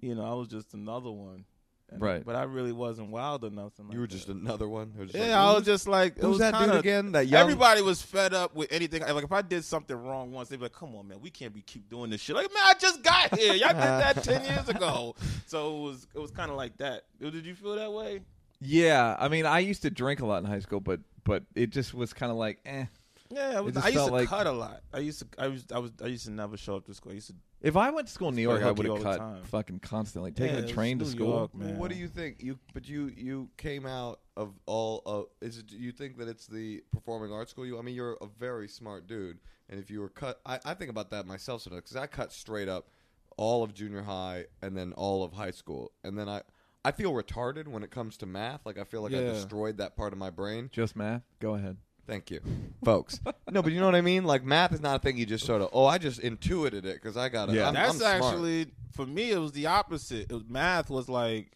C: you know, I was just another one. And-
A: Right.
C: But I really wasn't wild or nothing. Like
B: you were just
C: that.
B: another one. It was just
C: yeah,
B: like,
C: I was just like it
B: who's
C: was
B: that dude
C: kinda-
B: again? That young-
C: Everybody was fed up with anything. Like if I did something wrong once, they'd be like, "Come on, man, we can't be keep doing this shit." Like, man, I just got here. Y'all did that ten years ago. So it was it was kind of like that. Did you feel that way?
A: Yeah, I mean, I used to drink a lot in high school, but but it just was kind of like, eh.
C: Yeah, I,
A: It
C: was,
A: just
C: I used
A: felt
C: to
A: like-
C: cut a lot. I used to I was I was I used to never show up to school. I used to
A: If I went to school in New York, I
C: Fuck
A: would
C: you
A: have
C: all the time.
A: cut fucking constantly. Taking
C: Yeah,
A: a
C: it's
A: train to
C: New
A: school.
C: York, man.
B: What do you think? You but you you came out of all of is it, do you think that it's the performing arts school? You I mean you're a very smart dude, and if you were cut, I, I think about that myself sometimes because I cut straight up all of junior high and then all of high school, and then I I feel retarded when it comes to math. Like I feel like I
C: Yeah.
B: destroyed that part of my brain.
A: Just math. Go ahead.
B: Thank you, folks. No, but you know what I mean. Like math is not a thing you just sort of. Oh, I just intuited it because I got it.
A: Yeah.
B: I'm,
C: That's
B: I'm smart.
C: actually for me. It was the opposite. It was, math was like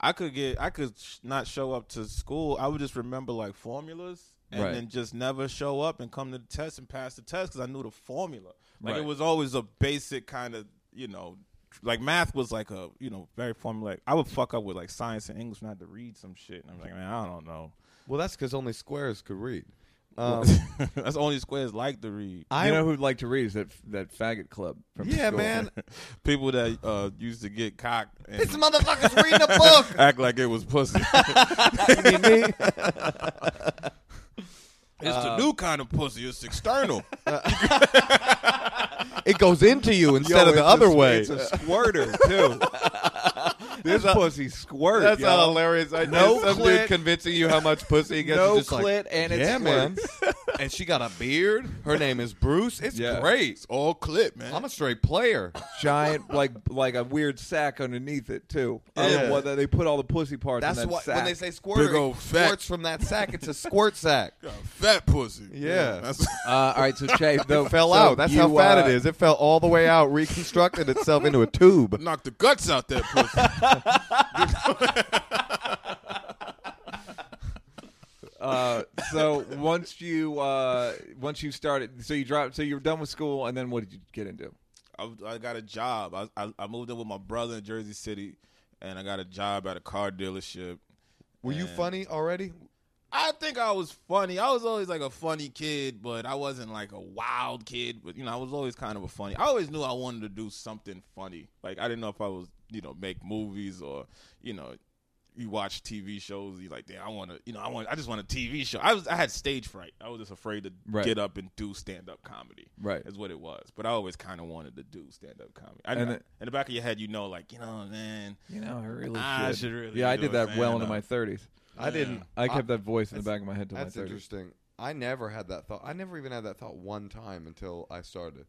C: I could get, I could sh- not show up to school. I would just remember like formulas and
A: Right.
C: then just never show up and come to the test and pass the test because I knew the formula. Like
A: Right.
C: it was always a basic kind of you know. tr- Like math was like a you know very formulaic. I would fuck up with like science and English, and I had to read some shit, and I'm like, man, I don't know.
B: Well, that's because only squares could read. Um,
C: That's the only squares like to read.
A: I you know who'd like to read is that that faggot club. From
B: yeah,
A: school.
B: man.
C: People that uh used to get cocked
B: This
C: and
B: motherfucker's reading a book.
C: act like it was pussy. It's
B: Uh,
C: the new kind of pussy. It's external.
B: It goes into you instead of the other way.
A: It's a squirter too. this pussy squirt.
B: That's
A: yo.
B: a hilarious idea.
A: No
B: Some
A: clit.
B: dude convincing you how much pussy he gets.
A: No
B: is just like,
A: clit and it
B: yeah, man. and she got a beard. Her name is Bruce. It's
A: Yeah.
B: great.
C: All clip, man.
B: I'm a straight player.
A: giant, like like a weird sack underneath it too. I
B: Yeah.
A: love what they put all the pussy parts.
B: That's
A: in that
B: why
A: sack.
B: when they say squirter,
C: Big old
B: it
C: fat.
B: squirts from that sack. It's a squirt sack.
C: fat pussy.
B: Yeah.
C: That's,
A: Uh, all right, so Che, though,
B: It fell
A: so
B: out. That's how
A: you,
B: fat
A: uh,
B: it is. It fell all the way out, reconstructed itself into a tube.
C: knock the guts out that pussy.
A: Uh, so once you uh, once you started, so you dropped, so you were done with school, and then what did you get into?
C: I, I got a job. I, I I moved in with my brother in Jersey City, and I got a job at a car dealership.
B: Were you
C: And-
B: funny already?
C: I think I was funny. I was always like a funny kid, but I wasn't like a wild kid. But you know, I was always kind of a funny. I always knew I wanted to do something funny. Like I didn't know if I was, you know, make movies or, you know, you watch TV shows. You like, damn, I want to, you know, I want, I just want a TV show. I was, I had stage fright. I was just afraid to
A: Right.
C: get up and do stand up comedy.
A: Right.
C: is what it was. But I always kind of wanted to do stand up comedy. I,
A: And
C: I-
A: it-
C: in the back of your head, you know, like, you know, man,
A: You know, I really
C: I should really.
A: yeah, I
C: do
A: did
C: it,
A: that
C: Ah, man. Ah,
A: well into
C: Uh,
A: my 30s.
B: I didn't.
A: I kept that voice in the
B: that's-
A: back of my head till my
B: That's
A: 30s.
B: interesting. I never had that thought. I never even had that thought one time until I started.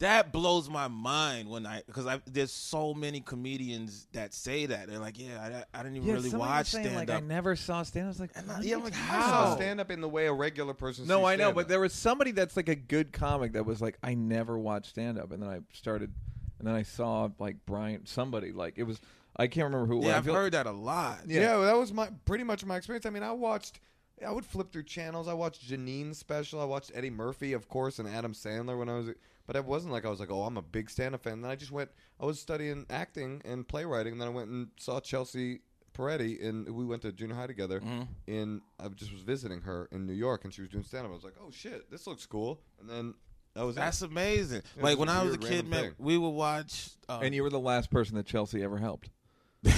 C: that blows my mind when I because I there's so many comedians that say that they're like, yeah, I, I didn't even really watch stand up.
A: I never saw stand. I was like,
C: I- yeah, I'm like,
B: I
C: How?
B: saw stand up in the way a regular person.
A: No,
B: sees
A: I know,
B: stand-up.
A: but there was somebody that's like a good comic that was like, I never watched stand up, and then I started, and then I saw like Brian, somebody like it was, I can't remember who. it was.
C: yeah,
A: I
C: I've
A: feel-
C: heard that a lot.
A: Yeah.
B: Yeah. well, that was my pretty much my experience. I mean, I watched, I would flip through channels. I watched Janine's special. I watched Eddie Murphy, of course, and Adam Sandler when I was. But it wasn't like I was like, oh, I'm a big stand-up fan. Then I just went. I was studying acting and playwriting. And then I went and saw Chelsea Peretti, and we went to junior high together.
C: Mm-hmm.
B: In I just was visiting her in New York, and she was doing stand-up. I was like, oh shit, this looks cool. And then that was
C: That's amazing.
B: It
C: like
B: was
C: when
B: a
C: I was a
B: weird
C: kid,
B: random
C: man,
B: thing.
C: we would watch. Uh,
A: and you were the last person that Chelsea ever helped.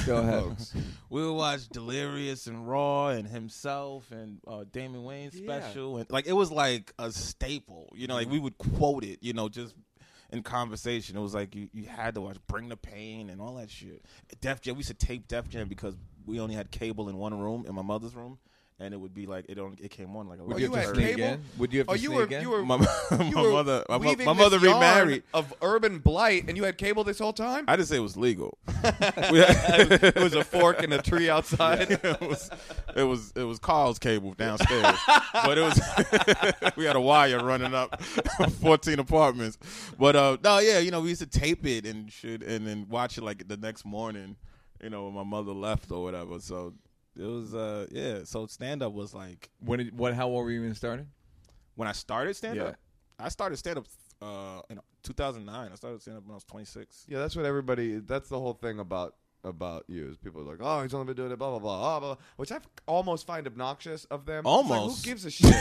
A: Go
B: it,
C: Oh,
A: ahead.
B: folks.
C: we would watch Delirious and Raw and himself and uh, Damon Wayne's
A: Yeah.
C: special and like it was like a staple. You know, like we would quote it. You know, just in conversation, it was like you, you had to watch Bring the Pain and all that shit. Def Jam, we used to tape Def Jam because we only had cable in one room in my mother's room, and it would be like it only it came on like.
A: Would
B: Oh,
A: you
B: you
A: have
B: had
A: to sneak
B: cable?
A: in? Would you have to
B: Oh, you
A: sneak
B: were
A: in?
B: you were
C: my, my
B: you were
C: mother my, mo-
B: weaving
C: my mother
B: this yarn
C: remarried.
B: of urban blight, and you had cable this whole time.
C: I didn't say it was legal.
B: it was a fork in a tree outside.
C: it was it was it was Carl's cable downstairs, but it was we had a wire running up fourteen apartments. But uh, no, yeah, you know, we used to tape it and shit, and then watch it like the next morning, you know, when my mother left or whatever. So it was uh, yeah. So stand up was like
A: When? Did, what? How old were you when you started?
C: when I started stand up. I started stand up uh in 2009. I started stand up when I was 26.
B: Yeah, that's what everybody. That's the whole thing about about you is people are like, oh, he's only been doing it, blah blah blah, blah blah, blah," which I f- almost find obnoxious of them. It's like,
C: Almost.
B: who gives a shit?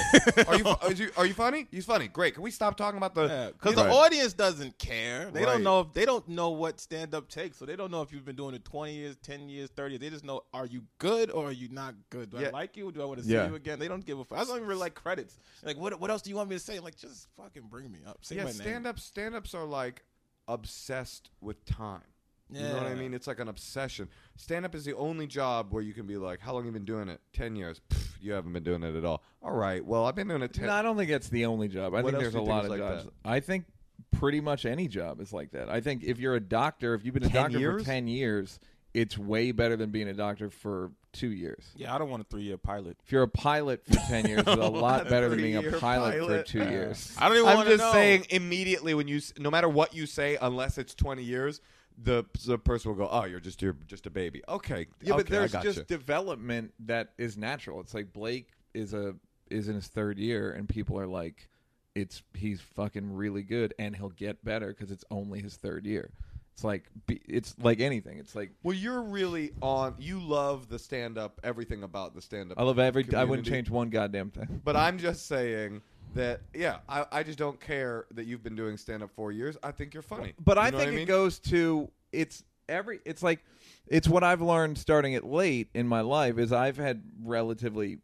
B: are, you, are you are you funny? He's funny. Great. Can we stop talking about the?
C: Yeah, because
B: Right.
C: the audience doesn't care. They
B: Right.
C: don't know if they don't know what stand up takes, so they don't know if you've been doing it twenty years, ten years, thirty. They just know are you good or are you not good? Do I
B: Yeah.
C: like you? Do I want to see
A: Yeah.
C: you again? They don't give a fuck. I don't even really like credits. Like what? What else do you want me to say? I'm like just fucking bring me up. Say
B: yeah,
C: my
B: stand
C: name.
B: up stand ups are like obsessed with time. You know what I mean? It's like an obsession. Stand up is the only job where you can be like, how long you been doing it? 10 years. Pff, you haven't been doing it at all. All right. Well, I've been doing it 10
A: No, I don't think that's the only job. I think
B: What else
A: there's
B: do
A: a
B: you
A: lot
B: think
A: of
B: is like
A: jobs. I think pretty much any job is like that. I think if you're a doctor, if you've been a
B: 10
A: doctor for
B: years?
A: ten years, it's way better than being a doctor for two years.
C: Yeah, I don't want a three year pilot.
A: If you're a pilot for ten years, it's a lot better than being a
B: Three-year
A: pilot, for
B: pilot.
A: two years.
C: I don't even
B: I'm
C: want
B: just
C: know.
B: saying immediately when you, s- no matter what you say, unless it's 20 years, the, the person will go, oh, you're just, you're just a baby. Okay.
A: Yeah,
B: okay,
A: but there's
B: I got
A: just
B: you.
A: development that is natural. It's like Blake is a is in his third year, and people are like, "It's he's fucking really good, and he'll get better because it's only his third year." It's like be- it's like anything. It's like
B: well, you're really on, you love the stand up, everything about the stand up.
A: I love every. I wouldn't
B: Community.
A: change one goddamn thing.
B: But I'm just saying that, yeah, I, I just don't care that you've been doing stand up four years. I think you're funny.
A: But
B: You
A: I
B: know what
A: think
B: mean?
A: it goes to it's every. It's like it's what I've learned starting it late in my life is I've had relatively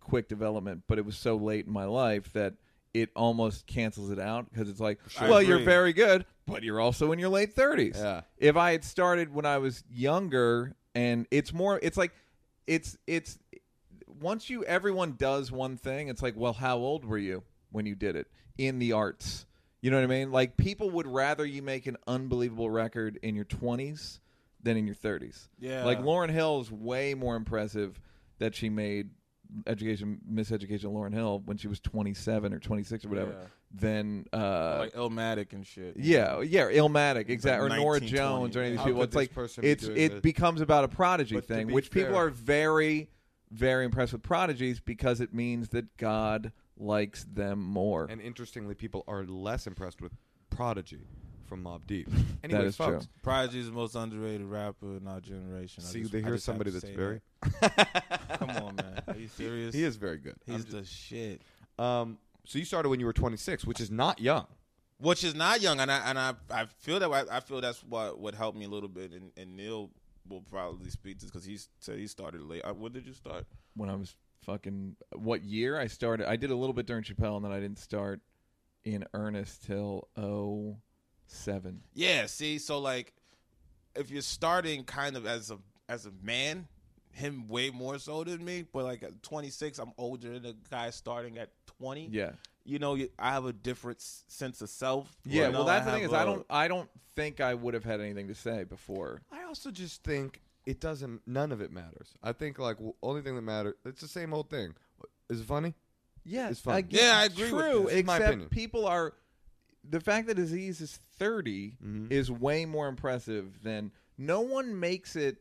A: quick development, but it was so late in my life that it almost cancels it out because it's like,
C: Sure.
A: well,
C: I
A: you're
C: agree.
A: very good, but you're also in your late thirties.
B: Yeah.
A: If I had started when I was younger, and it's more, it's like, it's it's once you everyone does one thing, it's like, well, how old were you when you did it in the arts? You know what I mean? Like people would rather you make an unbelievable record in your 20s than in your 30s.
C: Yeah.
A: Like Lauren Hill is way more impressive that she made education miseducation Lauren Hill when she was 27 or 26 or whatever
C: Yeah.
A: than uh
C: like Elmatic and shit.
A: yeah, yeah, Illmatic, exactly, or Nora
C: 1920,
A: Jones, or any of these
B: yeah.
A: people.
B: How could
A: It's like
B: this person be
A: it's
B: doing
A: it
B: this?
A: becomes about a prodigy
B: But to
A: thing,
B: be
A: which people
B: fair-
A: are very, very impressed with prodigies because it means that God likes them more.
B: And interestingly, people are less impressed with Prodigy from Mob Deep.
A: is
B: Anyways,
A: true.
B: folks,
C: Prodigy is the most underrated rapper in our generation. I
B: see,
C: just-
B: they
C: I
B: hear
C: just have
B: somebody
C: to
B: that's
C: say
B: very.
C: that. Come on, man. Are you serious?
B: He is very good. I'm
C: He's
B: ju-
C: the shit.
B: um, so you started when you were 26, which is not young.
C: which is not young, and I and I, I feel that I, I feel that's what what helped me a little bit, and, and Neil will probably speak to because he said he started late. Uh, When did you start?
A: when I was fucking what year I started. I did a little bit during Chappelle, and then I didn't start in earnest till oh seven.
C: Yeah, see, so like if you're starting kind of as a as a man, him way more so than me, but like at 26, I'm older than the guy starting at 20.
A: Yeah,
C: you know, you- I have a different s- sense of self.
A: yeah.
C: You know,
A: well, that's the
C: have
A: thing is, I
C: a-
A: don't, I don't think I would have had anything to say before.
B: I also just think it doesn't. None of it matters. I think like w- only thing that matters. It's the same old thing. Is it funny?
A: Yeah,
B: It's fun.
A: again,
C: Yeah, I agree with
A: True,
B: this. It's
A: except
B: my opinion.
A: people are. The fact that disease is 30
B: Mm-hmm.
A: is way more impressive than no one makes it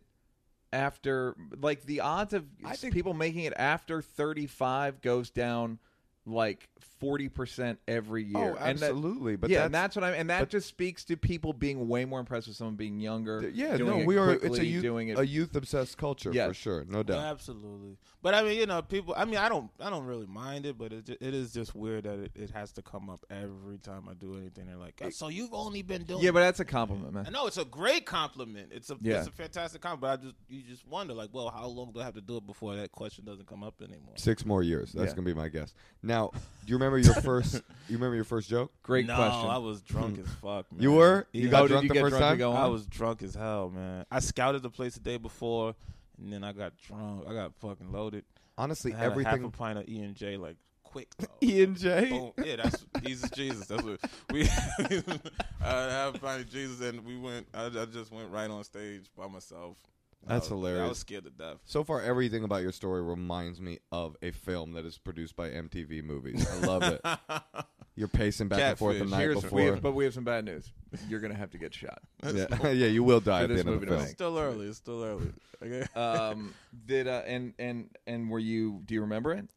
A: after like the odds of
B: I think-
A: people making it after 35 goes down like 40% every year.
B: Oh,
A: And that-
B: absolutely. but
A: yeah,
B: that's,
A: and that's what I'm, and that
B: but-
A: just speaks to people being way more impressed with someone being younger.
B: yeah.
A: doing
B: No,
A: it
B: we are. it's a
A: quickly,
B: youth,
A: doing it.
B: a youth obsessed culture
A: Yes.
B: for sure. No
C: No,
B: doubt.
C: Absolutely, but I mean, you know, people. I mean, I don't, I don't really mind it, but it, ju- it is just weird that it, it has to come up every time I do anything. They're like, "Oh, so you've only been doing.
A: yeah, but that's a compliment,
C: I
A: man.
C: know it's a great compliment. It's a,
A: Yeah.
C: it's a fantastic compliment. But I just, you just wonder, like, well, how long do I have to do it before that question doesn't come up anymore?
B: Six more years. That's
A: Yeah.
B: gonna be my guess. Now, do you remember your first? you remember your first joke?
A: Great
C: no,
A: question.
C: I was drunk as fuck. Man.
B: You were. You
C: Yeah.
B: got
A: Oh, did
B: drunk
A: you
B: the
A: get
B: first
A: drunk to
B: time.
A: go on?
C: I was drunk as hell, man. I scouted the place the day before, and then I got drunk. I got fucking loaded. I
B: Honestly,
C: had a half a
B: everything.
C: pint of E and J, like quick. though.
B: E and J.
C: Boom. Yeah, that's Jesus, Jesus. That's what we I have finding Jesus, and we went. I, I just went right on stage by myself. I
B: That's
C: was- I
B: hilarious.
C: was scared to death.
B: So far, everything about your story reminds me of a film that is produced by MTV Movies. I love it. You're pacing back and forth the
C: Catfish.
B: night
A: Here's-
B: before.
A: we have- but we have some bad news. You're gonna have to get shot.
B: yeah. yeah, you will die
A: For
B: at the
A: this
B: end of
A: movie
B: the Uh,
A: to
B: film.
A: make.
C: Still early. It's still early. Okay.
A: um did uh and and and were you do you remember it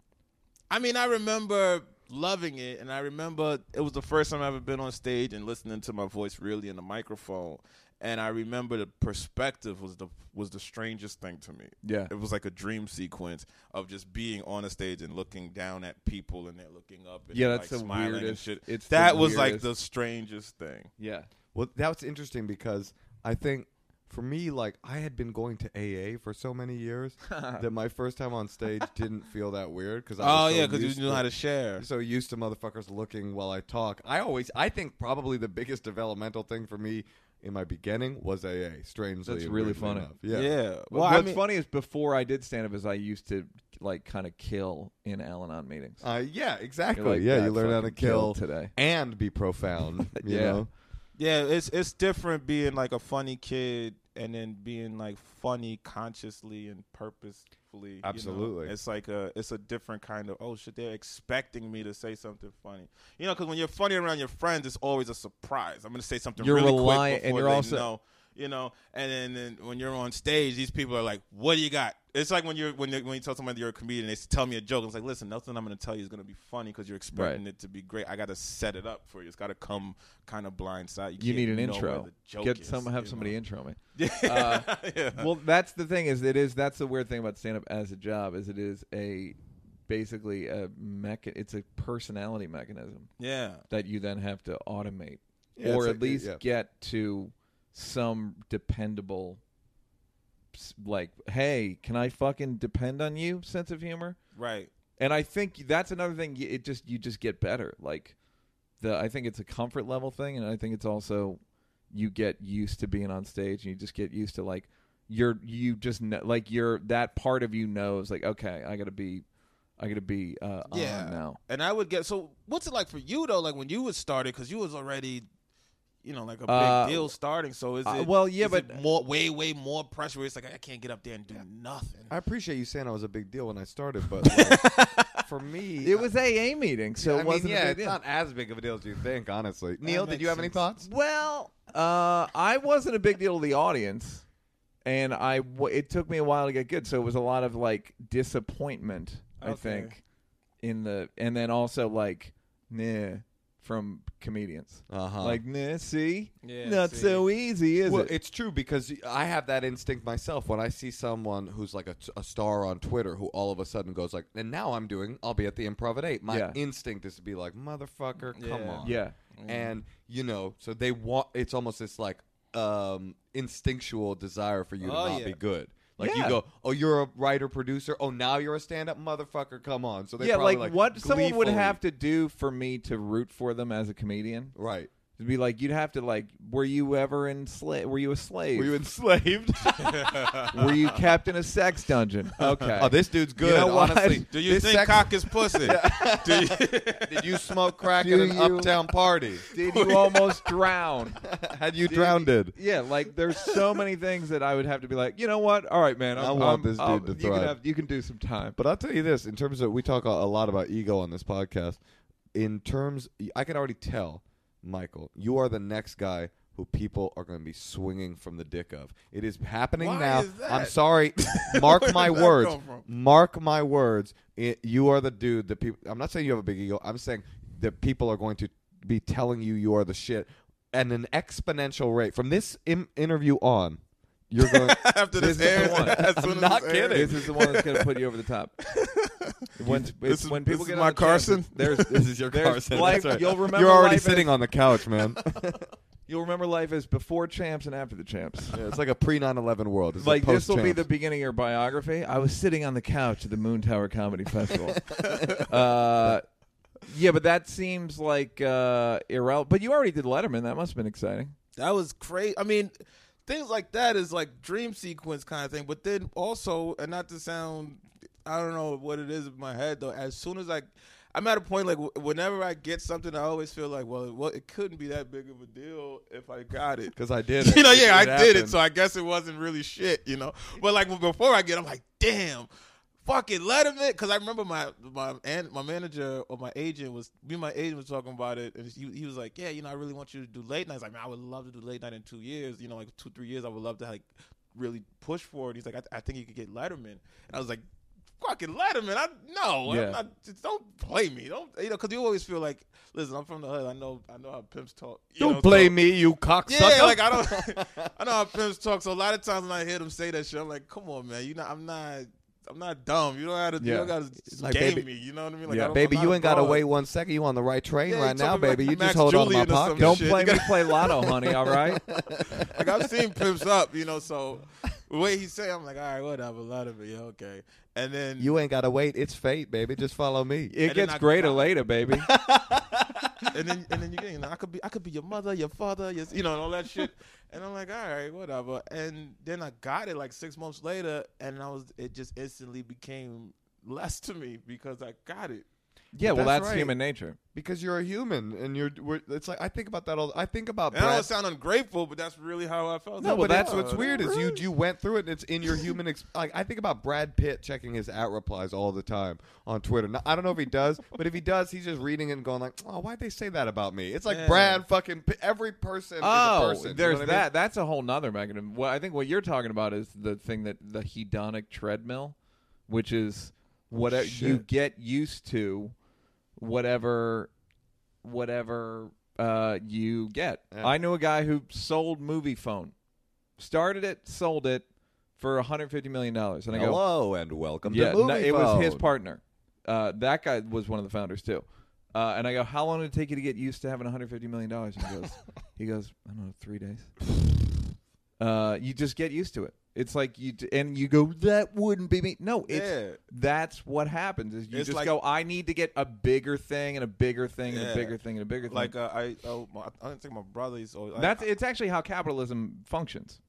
C: I mean, I remember loving it, and I remember it was the first time I ever been on stage and listening to my voice really in the microphone. And I remember the perspective was the was the strangest thing to me.
A: Yeah.
C: it was like a dream sequence of just being on a stage and looking down at people, and they're looking up. And
A: Yeah,
C: they're,
A: that's
C: like
A: the
C: smiling
A: weirdest-
C: And shit.
A: it's the
C: that was like
A: weirdest.
C: the strangest thing.
A: yeah
B: Well, that's interesting because I think for me, like I had been going to AA for so many years that my first time on stage didn't feel that weird because
C: Oh
B: was so
C: yeah, because
B: used
C: you knew how to share.
B: so used to motherfuckers looking while I talk. I always, I think probably the biggest developmental thing for me in my beginning was AA. Strangely,
A: That's
B: and
A: really
B: weirdly
A: funny.
B: enough.
C: Yeah.
B: Yeah.
C: Well,
A: what's
C: I mean,
A: funny is before i did stand up is i used to like kind of kill in al-anon meetings
B: Uh, yeah, exactly.
A: You're like,
B: yeah,
A: "God,
B: you learn how to
A: fucking kill
B: kill,
A: today."
B: and be profound. You
A: Yeah.
B: know?
C: Yeah, it's it's different being like a funny kid and then being like funny consciously and purposefully. you know?
B: Absolutely.
C: it's like a it's a different kind of oh shit. They're expecting me to say something funny, you know? Because when you're funny around your friends, it's always a surprise. I'm gonna say something
A: You're
C: really
A: reliant-
C: quick
A: and
C: before
A: you're
C: they
A: also-
C: know, you know. And then, then when you're on stage, these people are like, "What do you got?" It's like when you're when you when you tell somebody you're a comedian, they tell me a joke. It's like, listen, nothing I'm gonna tell you is gonna be funny because you're expecting it to be great. I gotta set it up for you. It's gotta come kind of blindside. You
A: you
C: can't
A: need an
C: know where
A: intro
C: the joke
A: get
C: is,
A: some have
C: you
A: somebody Uh,
C: know? Uh,
A: intro me
C: yeah.
A: well that's the thing is it is that's the weird thing about stand up as a job is it is a basically a mech it's a personality mechanism
C: yeah.
A: that you then have to automate
B: Yeah,
A: or at
B: it's
C: uh,
B: like-
A: least
B: yeah.
A: get to some dependable s- like hey can i fucking depend on you sense of humor
C: Right.
A: and i think that's another thing y- it just you just get better like the i think it's a comfort level thing and i think it's also you get used to being on stage and you just get used to like you're you just kn like you're that part of you knows like okay i gotta be i gotta be uh
C: Yeah.
A: on now
C: And I would get so what's it like for you though? Like when you was started, because you was already, you know, like a big
A: Uh,
C: deal starting. So is it
A: uh, well, yeah,
C: is it
A: but-
C: more way way more pressure. Where it's like I can't get up there and do nothing.
B: I appreciate you saying I was a big deal when I started, but like, for me,
A: it was aa meeting so
B: I
A: it
B: mean,
A: wasn't a
B: yeah,
A: big
B: it's
A: deal.
B: not as big of a deal as you think, honestly. Neil, did
C: makes
B: you have any
C: sense.
B: thoughts?
A: Well, uh, I wasn't a big deal to the audience, and I w- it took me a while to get good, so it was a lot of like disappointment. I
C: Okay.
A: think in the and then also like nah, from comedians.
B: Uh-huh.
A: Like, nah, see,
C: Yeah,
A: not
C: see.
A: so easy, is
B: well,
A: it?
B: it's true because I have that instinct myself when I see someone who's like a, a star on Twitter who all of a sudden goes like, and now I'm doing, I'll be at the Improv at eight. My
A: Yeah.
B: instinct is to be like, motherfucker, come
C: Yeah.
B: on,
A: Yeah,
B: And you know, so they want. It's almost this like um instinctual desire for you to
C: Oh,
B: not
C: yeah.
B: be good. Like
A: Yeah.
B: you go, oh, you're a writer producer. Oh, now you're a stand up motherfucker. Come on. So they
A: yeah.
B: probably,
A: Like,
B: like,
A: what someone would
B: gleefully-
A: have to do for me to root for them as a comedian?
B: right.
A: To be like, you'd have to like, were you ever in slave? Were you a slave?
B: Were you enslaved?
A: Were you kept in a sex dungeon? Okay.
B: oh, this dude's good.
A: know what?
B: honestly,
C: Do you
B: This
C: think
B: sex-
C: cock is pussy? Do you-
B: Did you smoke crack
A: Do
B: at an
A: you-
B: uptown party?
A: Did you almost drown?
B: Had you drowned?
A: Yeah, like there's so many things that I would have to be like, you know what? All right, man. I'm,
B: I want
A: I'm-
B: this dude
A: I'll-
B: to
A: You can,
B: thrive.
A: have, you can do some time.
B: But I'll tell you this: in terms of, we talk a a lot about ego on this podcast. In terms, I can already tell, Michael, you are the next guy who people are going to be swinging from the dick of. It is happening
C: Why
B: now.
C: is that?
B: I'm sorry. Mark
C: Where
B: my
C: did that
B: words.
C: come from?
B: Mark my words. It, you are the dude that people. I'm not saying you have a big ego. I'm saying that people are going to be telling you you are the shit at an exponential rate from this Im- interview on. You're going.
C: After
A: This
C: this,
A: is the
C: airs,
A: one.
C: as soon
B: I'm
C: as
B: not
C: this airs.
A: This is the one that's going to put you over the top. When,
C: This
A: it's
C: is-
A: when
C: this
A: people
C: is
A: get
C: my
A: on the chance,
C: Carson?
A: There's,
B: This is your
A: there's
B: Carson,
A: Life,
B: that's right.
A: You'll remember.
B: You're already
A: life
B: sitting
A: as,
B: on the couch, man.
A: You'll remember life as before champs and after the champs.
B: Yeah, it's like a pre 9 11 world. It's
A: Like
B: a
A: this will be
B: post-Trump.
A: the beginning of your biography. I was sitting on the couch at the Moon Tower Comedy Festival. uh, yeah, but that seems like uh, irrelevant. But you already did Letterman. That must have been exciting.
C: That was crazy. I mean, things like that is like dream sequence kind of thing. But then also, and not to sound, I don't know what it is in my head though. As soon as I, I'm at a point like wh- whenever I get something, I always feel like, well, well, it couldn't be that big of a deal if I got it.
B: Because I did. It.
C: You know, yeah, I
B: It
C: did it,
B: happened.
C: so I guess it wasn't really shit, you know. But like before I get, I'm like, damn, fucking Letterman, because I remember my my and my manager or my agent was me. and My agent was talking about it, and he, he was like, yeah, you know, I really want you to do late nights. Like, man, I would love to do late night in two years, you know, like two three years. I would love to like really push for it. He's like, I, I think you could get Letterman, and I was like. Fucking Letterman, I no,
A: Yeah.
C: I'm not. Just don't play me, don't you know? Because you always feel like, listen, I'm from the hood. I know, I know how pimps talk. you know,
B: Don't
C: so-
B: blame me, you cocksucker.
C: yeah, like I don't, I know how pimps talk. So a lot of times when I hear them say that shit, I'm like, come on, man, you know, I'm not, I'm not dumb. You don't have to, you
A: Yeah.
C: don't gotta
B: like,
C: game
B: baby-
C: me. You know what I mean? Like, I
A: Yeah.
C: don't,
B: baby,
C: I'm
B: you
C: not
B: ain't
C: a
B: got to
C: broad.
B: wait one second. You on the right train
C: Yeah, you
B: right now,
C: talking like
B: baby. you
C: Max
B: just hold on
C: Julian
B: to
C: or
B: my
C: some
B: pocket.
A: Don't
C: shit.
A: play
C: You
A: me, play Lotto, honey. All right.
C: Like I've seen pimps up, you know. So the way he say, it, I'm like, all right, whatever, a lot of it, yeah, okay. And then
B: You ain't got to wait. It's fate, baby. Just follow me.
A: It
C: And then
A: gets
C: I-
A: greater later, baby.
C: and then and then you get, you know, I could be I could be your mother, your father, your, you know, and all that shit. And I'm like, all right, whatever. And then I got it like six months later, and I was it just instantly became less to me because I got it.
A: yeah, well,
B: That's
A: that's
B: right.
A: human nature.
B: Because you're a human, and you're. We're, it's like I think about that all. I think about.
C: And I
B: Brad
C: don't sound ungrateful, but that's really how I felt.
B: No,
C: Like,
B: but that's
C: yeah,
B: what's weird is you you went through it and it's in your human ex- like I think about Brad Pitt checking his at replies all the time on Twitter. Now, I don't know if he does, but if he does, he's just reading it and going like, "Oh, why'd they say that about me?" It's like
C: Yeah.
B: Brad fucking Pitt- every person.
A: Oh,
B: is a person, you know
A: there's
B: what I mean?
A: that. That's a whole nother mechanism. What I think what you're talking about is the thing that the hedonic treadmill, which is whatever you
B: shit.
A: get used to, whatever, whatever uh, you get.
B: Yeah.
A: I knew a guy who sold movie phone, started it, sold it for 150 million dollars, and I go,
B: Hello and welcome
A: yeah,
B: to movie
A: no, it was his
B: Phone.
A: partner. Uh, that guy was one of the founders too. Uh, and I go, how long did it take you to get used to having 150 million dollars? He goes, he goes, I don't know, three days. Uh, you just get used to it. It's like you d- and you go, that wouldn't be me. No, it's
C: Yeah.
A: that's what happens. Is you
C: It's
A: just
C: like-
A: go, I need to get a bigger thing and a bigger thing and a
C: Yeah.
A: bigger thing and a bigger thing.
C: Like uh, I, oh, my, I didn't think my brother used. to-
A: that's it's actually how capitalism functions.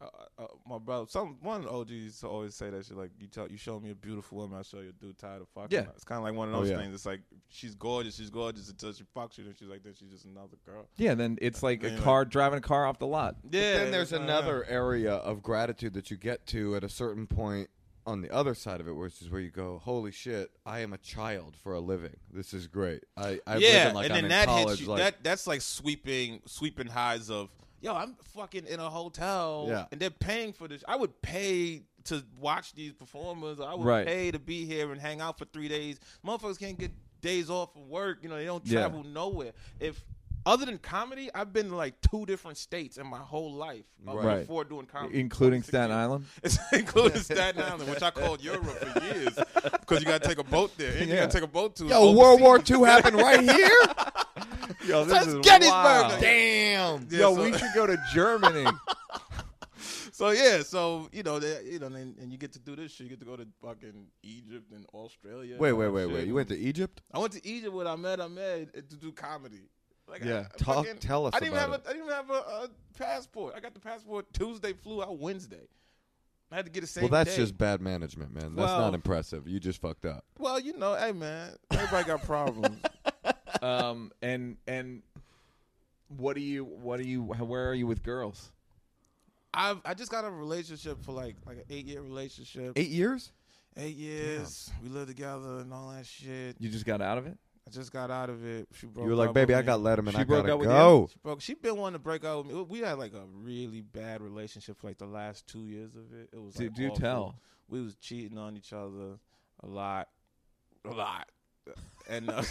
C: uh, uh, my brother, some one OG used to always say that shit. Like you tell, you show me a beautiful woman, I show you a dude tired of fucking.
A: Yeah.
C: her. it's kind of like one of
B: Oh,
C: those
B: yeah.
C: things. It's like she's gorgeous, she's gorgeous until she fucks you, and she's like, then she's just another girl.
A: Yeah, then it's like a
C: Yeah.
A: car driving a car off the lot.
C: Yeah.
B: then there's another area of gratitude that you get to at a certain point on the other side of it, which is where you go, "Holy shit, I am a child for a living. This is great. I, I've
C: yeah,
B: living like
C: and
B: I'm
C: then
B: in
C: that
B: college,
C: hits you.
B: like,
C: that that's like sweeping, sweeping highs of yo. I'm fucking in a hotel,
B: Yeah.
C: and they're paying for this. I would pay to watch these performers. I would
A: Right.
C: pay to be here and hang out for three days. Motherfuckers can't get days off from work. You know, they don't
A: Yeah.
C: travel nowhere. If other than comedy, I've been to like two different states in my whole life uh,
A: Right.
C: before doing comedy,
A: including
C: Like, six
A: Staten
C: years.
A: Island.
C: It's including Staten Island, which I called Europe for years because you got to take a boat there. Anything You
A: Yeah.
C: got to take a boat to. is
B: Yo, World
C: overseas.
B: War II happened right here. Yo, this
C: That's
B: is
C: Gettysburg.
B: wild.
C: Like-
B: Damn.
C: Yeah,
A: Yo,
C: so-
A: we should go to Germany.
C: So yeah, so you know, they, you know, and, and you get to do this shit. You get to go to fucking Egypt and Australia. and
B: Wait,
C: all
B: wait,
C: that
B: wait,
C: shit.
B: wait. You went to Egypt?
C: I went to Egypt with Ahmed Ahmed uh, to do comedy. Like,
A: Yeah.
C: I,
B: Talk-
C: fucking-
B: tell us
C: I didn't
B: about
C: have a, I didn't even have a, uh passport. I got the passport Tuesday, flew out Wednesday. I had to get the same.
B: Well, that's
C: day.
B: just bad management, man. That's
C: Well-
B: not impressive. You just fucked up.
C: Well, you know, hey man, everybody got problems.
A: um, and and what do you what do you how- where are you with girls?
C: I've I just got a relationship for like like an eight year relationship.
B: Eight years?
C: Eight years. We lived together and all that shit.
A: You just got out of it.
C: I just got out of it. She broke
B: You were like,
C: up with
B: baby, I
C: me."
B: got Letterman.
A: She
B: I
A: broke
B: gotta
A: up with you?
B: go.
C: She broke. She been wanting to break up with me. We had like a really bad relationship for like the last two years of it. It was
A: Do,
C: like
A: do
C: awful.
A: tell.
C: We was cheating on each other a lot, a lot, and uh,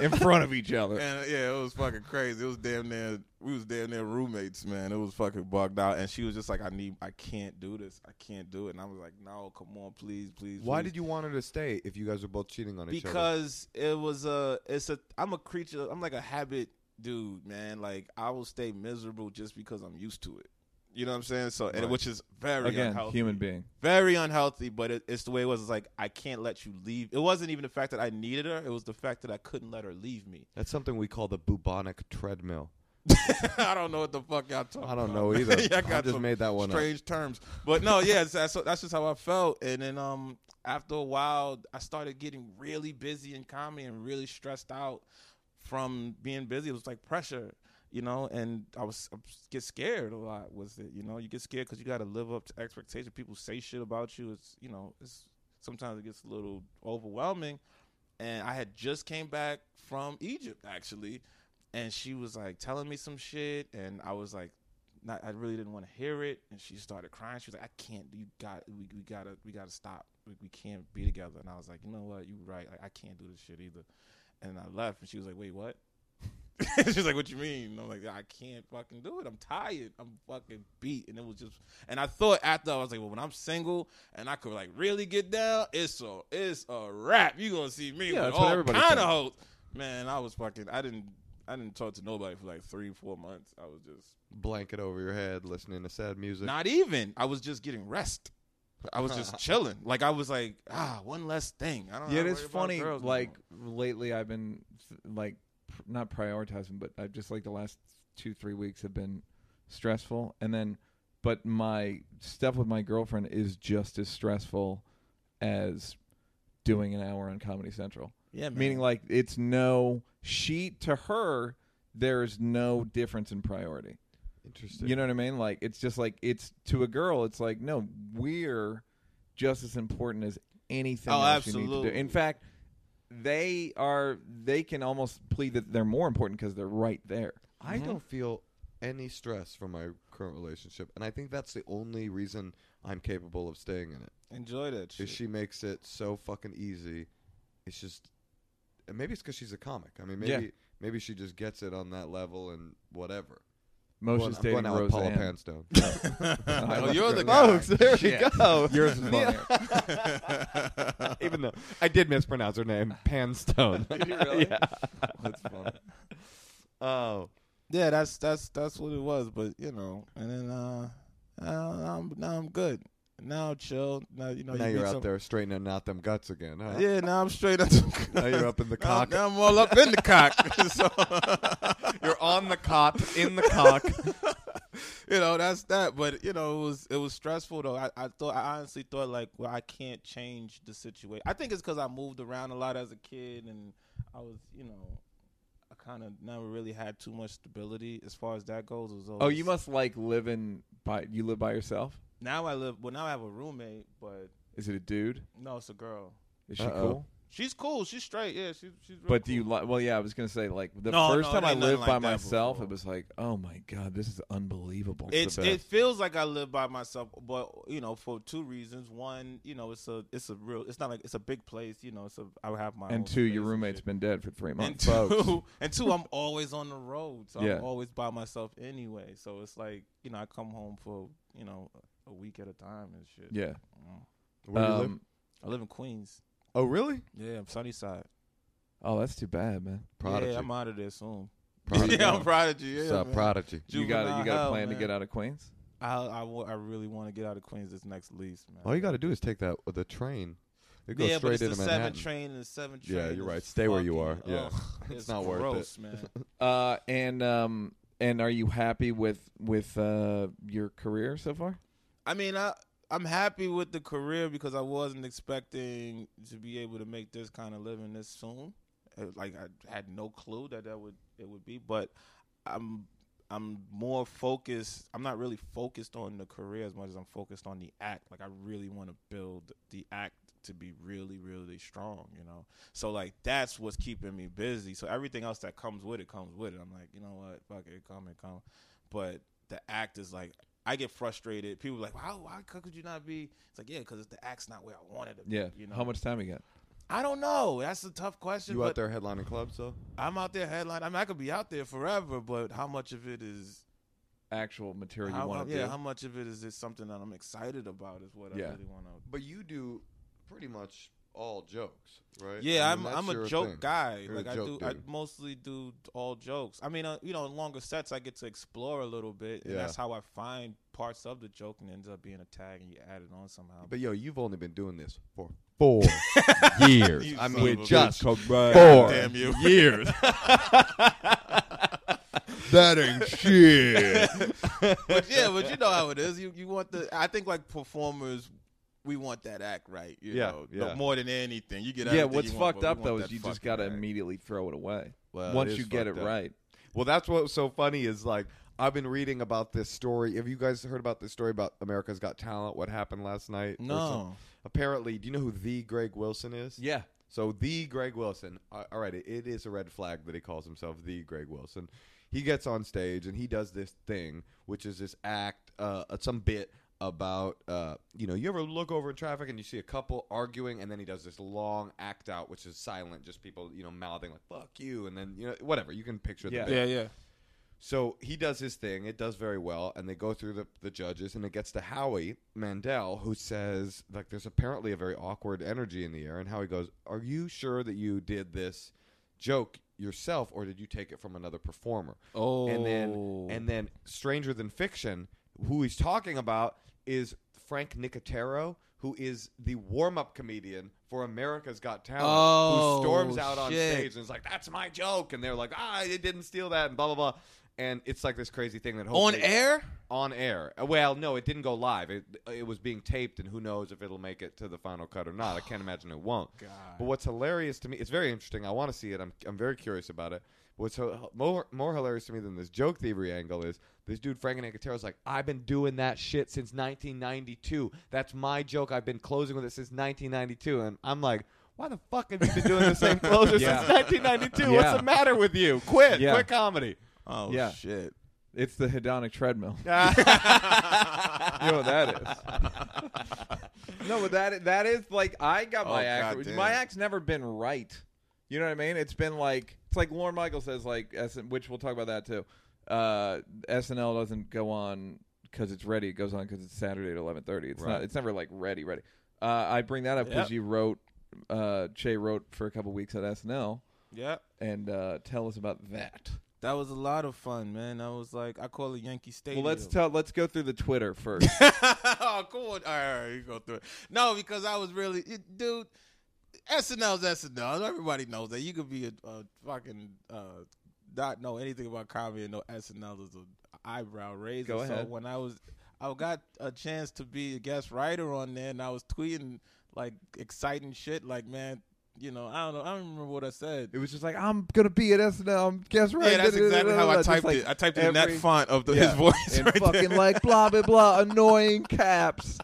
A: In front of each other.
C: And uh, yeah, it was fucking crazy. It was damn near we was damn near roommates, man. It was fucking bugged out. And she was just like, I need I can't do this. I can't do it. And I was like, No, come on, please, please.
B: Why
C: please."
B: did you want her to stay if you guys were both cheating on each other?
C: Because it was a it's a I'm a creature I'm like a habit dude, man. Like I will stay miserable just because I'm used to it. You know what I'm saying? So and
B: Right.
C: which is very
A: Again,
C: unhealthy
A: human being.
C: very unhealthy, but it, it's the way it was. It's like I can't let you leave. It wasn't even the fact that I needed her; it was the fact that I couldn't let her leave me.
B: That's something we call the bubonic treadmill.
C: I don't know what the fuck y'all talking.
B: I don't
C: about.
B: know either.
C: Y'all
B: I
C: got
B: just
C: some
B: made that one up.
C: strange terms, but no, yeah, it's- that's that's just how I felt. And then um, after a while, I started getting really busy in comedy and really stressed out from being busy. It was like pressure. You know, and I was I get scared a lot with it. You know, you get scared because you got to live up to expectation. People say shit about you. It's you know, it's sometimes it gets a little overwhelming. And I had just came back from Egypt actually, and she was like telling me some shit, and I was like, not, I really didn't want to hear it, and she started crying. She was like, I can't. You got. We, we gotta. We gotta stop. We, we can't be together. And I was like, you know what? You right. Like I can't do this shit either. And I left, and she was like, wait, what? she was like, "What you mean?" And I'm like, "I can't fucking do it. I'm tired. I'm fucking beat." And it was just, and I thought after I was like, "Well, when I'm single and I could like really get down, it's a it's a wrap. You gonna see me
A: Yeah,
C: with
A: that's what
C: all
A: everybody
C: kind
A: thinks.
C: of hoes." Man, I was fucking. I didn't I didn't talk to nobody for like three four months. I was just
B: Blanket over your head, listening to sad music.
C: not even. I was just getting rest. I was just chilling. Like I was like, ah, one less thing. I don't.
A: Yeah,
C: gotta
A: it's
C: worry about
A: funny.
C: girls no
A: Like
C: more.
A: lately, I've been like pr- not prioritizing, but I've just like the last two three weeks have been stressful, and then but my stuff with my girlfriend is just as stressful as doing an hour on Comedy Central.
C: yeah, man.
A: Meaning, like it's no she to her. There is no difference in priority.
B: Interesting.
A: You know what I mean? Like it's just like it's to a girl. It's like no, we're just as important as anything.
C: Oh,
A: else You need to
C: absolutely.
A: do. In fact, they are. They can almost plead that they're more important because they're right there.
B: I don't feel any stress from my current relationship, and I think that's the only reason I'm capable of staying in it.
C: enjoy that shit.
B: Is she makes it so fucking easy? It's just and maybe it's because she's a comic. I mean, maybe
A: Yeah.
B: maybe she just gets it on that level and whatever.
A: Moshe's
B: I'm
A: dating
B: going out with Paula
A: Roseanne.
B: Panstone.
C: oh, you're the guy.
B: Folks, there we go.
A: Yours is funnier.
B: Even though I did mispronounce her name, Panstone. yeah.
A: That's funny.
B: Oh,
C: Yeah, that's that's that's what it was. But you know, and then uh, now now I'm now I'm good. Now I'm chill. Now you know
B: now
C: you
B: you're
C: meet
B: out
C: some-
B: there straightening out them guts again, huh?
C: Yeah, Oh, now I'm straight up.
B: Now you're up in the
C: now,
B: cock.
C: now I'm all up in the cock. so
B: You're on the cot, in the cock.
C: you know that's that. But you know it was it was stressful though. I, I thought I honestly thought like, well, I can't change the situation. I think it's because I moved around a lot as a kid, and I was you know. I kind of never really had too much stability as far as that goes. It was
A: Oh,
C: always-
A: you must like living by. You live by yourself.
C: Now I live. Well, now I have a roommate, but
A: Is it a dude?
C: no, it's a girl.
A: Is she
B: Uh-oh.
A: cool?
C: She's cool. She's straight. Yeah, she's she's. real
A: But do
C: cool.
A: you like? Well, yeah, I was gonna say like the
C: No,
A: first
C: no, it
A: time I
C: ain't nothing
A: lived
C: like
A: by
C: that
A: myself,
C: before.
A: it was like, oh my god, this is unbelievable.
B: the
C: It's it
B: best.
C: feels like I live by myself, but you know, for two reasons. One, you know, it's a it's a real. It's not like it's a big place. You know, it's a I would have my own
A: and two, your
C: space and
A: roommate's
C: shit.
A: been dead for three
C: And
A: months. folks.
C: two, and two, I'm always on the road, so
A: Yeah.
C: I'm always by myself anyway. So it's like you know, I come home for you know a week at a time and shit.
A: Yeah.
C: Mm.
B: Where do you live?
A: Um,
C: I live in Queens.
B: Oh, really?
C: Yeah, I'm Sunnyside.
A: oh, that's too bad, man.
B: Prodigy.
C: Yeah, I'm out of there soon.
B: Prodigy.
C: yeah, I'm prodigy. Yeah,
B: Sup,
C: man.
B: prodigy.
A: You got you
C: Juvenile
A: got a
C: hell,
A: plan to
C: man.
A: get out of Queens?
C: I, I, wa- I really want to get out of Queens this next lease, man.
B: All you got to do is take that the train. It goes
C: yeah, but
B: straight
C: it's
B: into
C: the
B: Manhattan.
C: seven train and the seven train.
B: Yeah, you're
C: is
B: right. Stay where you are.
C: fucking-
B: Yeah.
C: ugh,
B: It's
C: it's,
B: not worth it.
C: gross, Man.
A: Uh, and um, and are you happy with with uh your career so far?
C: I mean, I I'm happy with the career because I wasn't expecting to be able to make this kind of living this soon. Uh, Like I had no clue that that would it would be, but I'm I'm more focused. I'm not really focused on the career as much as I'm focused on the act. Like I really want to build the act to be really really strong, you know. So like that's what's keeping me busy. So everything else that comes with it comes with it. I'm like, you know what? Fuck it, it come and come. But the act is like I get frustrated. People are like, how, how could you not be? It's like, yeah, because the act's not where I wanted it. to be,
A: Yeah.
C: you know.
A: How much time you got?
C: I don't know. That's a tough question.
B: You
C: but
B: out there headlining clubs though?
C: I'm out there headline. I mean, I could be out there forever, but how much of it is
A: Actual material you
C: how,
A: want to
C: yeah,
A: do?
C: how much of it is this something that I'm excited about is what
A: Yeah.
C: I really want to.
B: But you do pretty much all jokes, right?
C: Yeah, I'm I'm a joke guy.
B: You're a
C: like I do,
B: joke
C: I
B: dude.
C: mostly do all jokes. I mean, uh, you know, in longer sets, I get to explore a little bit, and
B: Yeah.
C: that's how I find parts of the joke and it ends up being a tag and you add it on somehow.
B: But yo, you've only been doing this for four years.
C: You
B: I
C: son of
B: mean,
C: a
B: just
A: Four.
B: four
C: Damn you.
B: years.
D: That ain't shit.
C: but yeah, but you know how it is. You you want the. I think like performers, we want that act right. You
B: Yeah,
C: know,
B: yeah.
C: more than anything. You get
A: yeah,
C: everything
A: what's
C: you want,
A: fucked
C: but we
A: up
C: want
A: though is
C: that
A: you just
C: fucking
A: got to
C: act.
A: immediately throw it away
B: Well, it
A: once
B: is
A: you get Uh, it
B: fucked up.
A: right.
B: Well, that's what's so funny is like I've been reading about this story. Have you guys heard about this story about America's Got Talent? What happened last night? or something?
C: No,
B: Apparently, do you know who the Greg Wilson is?
A: Yeah,
B: So the Greg Wilson, a- all right, it- it is a red flag that he calls himself the Greg Wilson. He gets on stage and he does this thing, which is this act, uh, uh, some bit about, uh, you know, you ever look over in traffic and you see a couple arguing, and then he does this long act out, which is silent, just people, you know, mouthing like "fuck you," and then you know, whatever. You can picture the
A: Yeah.
B: bit.
C: yeah, yeah.
B: So he does his thing. It does very well. And they go through the, the judges, and it gets to Howie Mandel, who says, like, there's apparently a very awkward energy in the air. And Howie goes, Are you sure that you did this joke yourself, or did you take it from another performer?
C: Oh,
B: and then and then Stranger Than Fiction, who he's talking about is Frank Nicotero, who is the warm-up comedian for America's Got Talent,
C: Oh,
B: who storms out on
C: shit.
B: stage and is like, "That's my joke," and they're like, "Ah, I didn't steal that," and blah blah blah. And it's like this crazy thing that
C: on
B: hopefully-
C: air.
B: on air. Uh, Well, no, it didn't go live. It, it was being taped, and who knows if it'll make it to the final cut or not. I can't imagine it won't. But what's hilarious to me, it's very interesting. I want to see it. I'm, I'm very curious about it. What's ho- more, more hilarious to me than this joke thievery angle is this dude, Frank Nicotero's like, I've been doing that shit since 1992. That's my joke. I've been closing with it since 1992. And I'm like, why the fuck have you been doing the same closer
A: Yeah.
B: since 1992?
A: Yeah.
B: What's the matter with you? Quit.
A: Yeah.
B: Quit comedy.
C: Oh
A: Yeah.
C: shit.
A: it's the hedonic treadmill.
B: yeah.
A: you know what that is. no, but that that is like I got my
C: Oh,
A: act.
C: goddamn.
A: My act's never been right. You know what I mean? It's been like it's like Lauren Michael says, like S- which we'll talk about that too. Uh, SNL doesn't go on because it's ready. It goes on because it's Saturday at eleven thirty. It's not.
B: Right.
A: It's never like ready, ready. Uh, I bring that up because
C: Yep.
A: you wrote. Uh, Che wrote for a couple weeks at SNL,
C: Yeah.
A: and uh, tell us about that.
C: That was a lot of fun, man. That was like I call it Yankee
A: Well,
C: Stadium.
A: let's tell. Let's go through the Twitter first.
C: oh, cool. All right, all right, you go through it. No, because I was really, it- dude. SNL's SNL. Everybody knows that. You could be a, a fucking uh, not know anything about comedy and know SNL is an eyebrow raiser.
A: Go
C: So
A: ahead.
C: when I was, I got a chance to be a guest writer on there, and I was tweeting like exciting shit. Like, man, you know, I don't know. I don't remember what I said.
A: It was just like I'm gonna be at SNL. I'm guess right.
C: Yeah, that's exactly how I
A: Just
C: typed
A: like
C: it. I typed it in that
A: every-
C: font of the,
A: Yeah.
C: his voice.
A: And
C: right there.
A: fucking like blah blah blah annoying caps.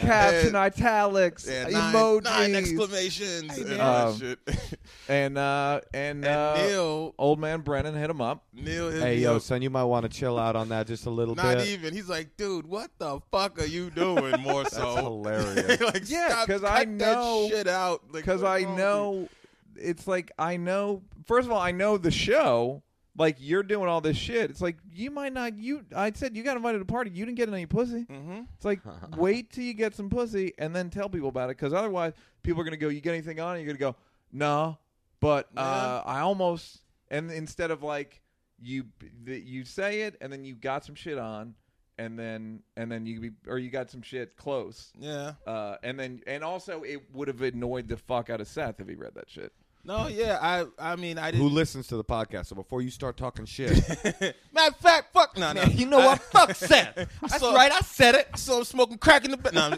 A: caps
C: Yeah.
A: and italics,
C: Yeah,
A: Uh, emojis,
C: nine, nine exclamations
A: Hey,
C: and
A: man.
C: all
A: Um,
C: that shit.
A: and uh, and,
C: and
A: uh,
C: Neil,
A: old man Brennan hit him up.
C: Neil, hit
B: Hey
C: me
B: yo,
C: up.
B: son, you might want to chill out on that just a little
C: not
B: bit.
C: even. He's like, dude, what the fuck are you doing? More so,
B: hilarious.
C: like,
A: Yeah,
C: stop,
A: 'cause I
C: cut
A: know-
C: that shit out. Like,
A: because I
C: what's wrong with you?
A: know it's like I know. First of all, I know the show. Like you're doing all this shit. It's like you might not. You I said you got invited to a party. You didn't get any pussy.
C: Mm-hmm.
A: It's like wait till you get some pussy and then tell people about it. Because otherwise, people are gonna go. You get anything on? And you're gonna go no. But uh, I almost and instead of like you that you say it and then you got some shit on and then and then you be or you got some shit close
C: Yeah.
A: uh, and then and also it would have annoyed the fuck out of Seth if he read that shit.
C: No, yeah. I I mean, I
B: Who
C: didn't.
B: listens to the podcast? So before you start talking shit,
C: Matter of fact, fuck no, no.
B: you know what? Fuck Seth.
C: That's right. I said it. I saw him smoking crack in the bed. No,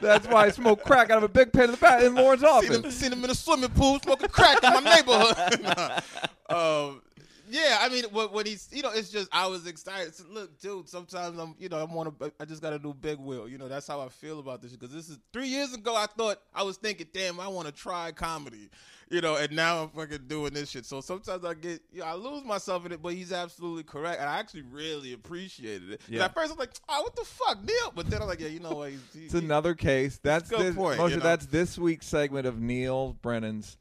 A: That's why I smoked crack out of a big pen in the back in Lauren's
C: seen, him,
A: office.
C: seen him in a swimming pool smoking crack in my neighborhood. Nah. um, yeah, I mean, what, what he's, you know, it's just I was excited. It's- look, dude, sometimes I'm, you know, I'm on a, I just got a new big wheel. You know, that's how I feel about this because this is three years ago. I thought I was thinking, damn, I want to try comedy, you know, and now I'm fucking doing this shit. So sometimes I get, you know, I lose myself in it. But he's absolutely correct, and I actually really appreciated it. 'Cause
A: Yeah.
C: At first, I'm like, oh, what the fuck, Neil? But then I'm like, yeah, you know what? He's, he,
A: It's another case. That's
C: Good
A: this,
C: point,
A: Moshe,
C: you know.
A: That's this week's segment of Neil Brennan's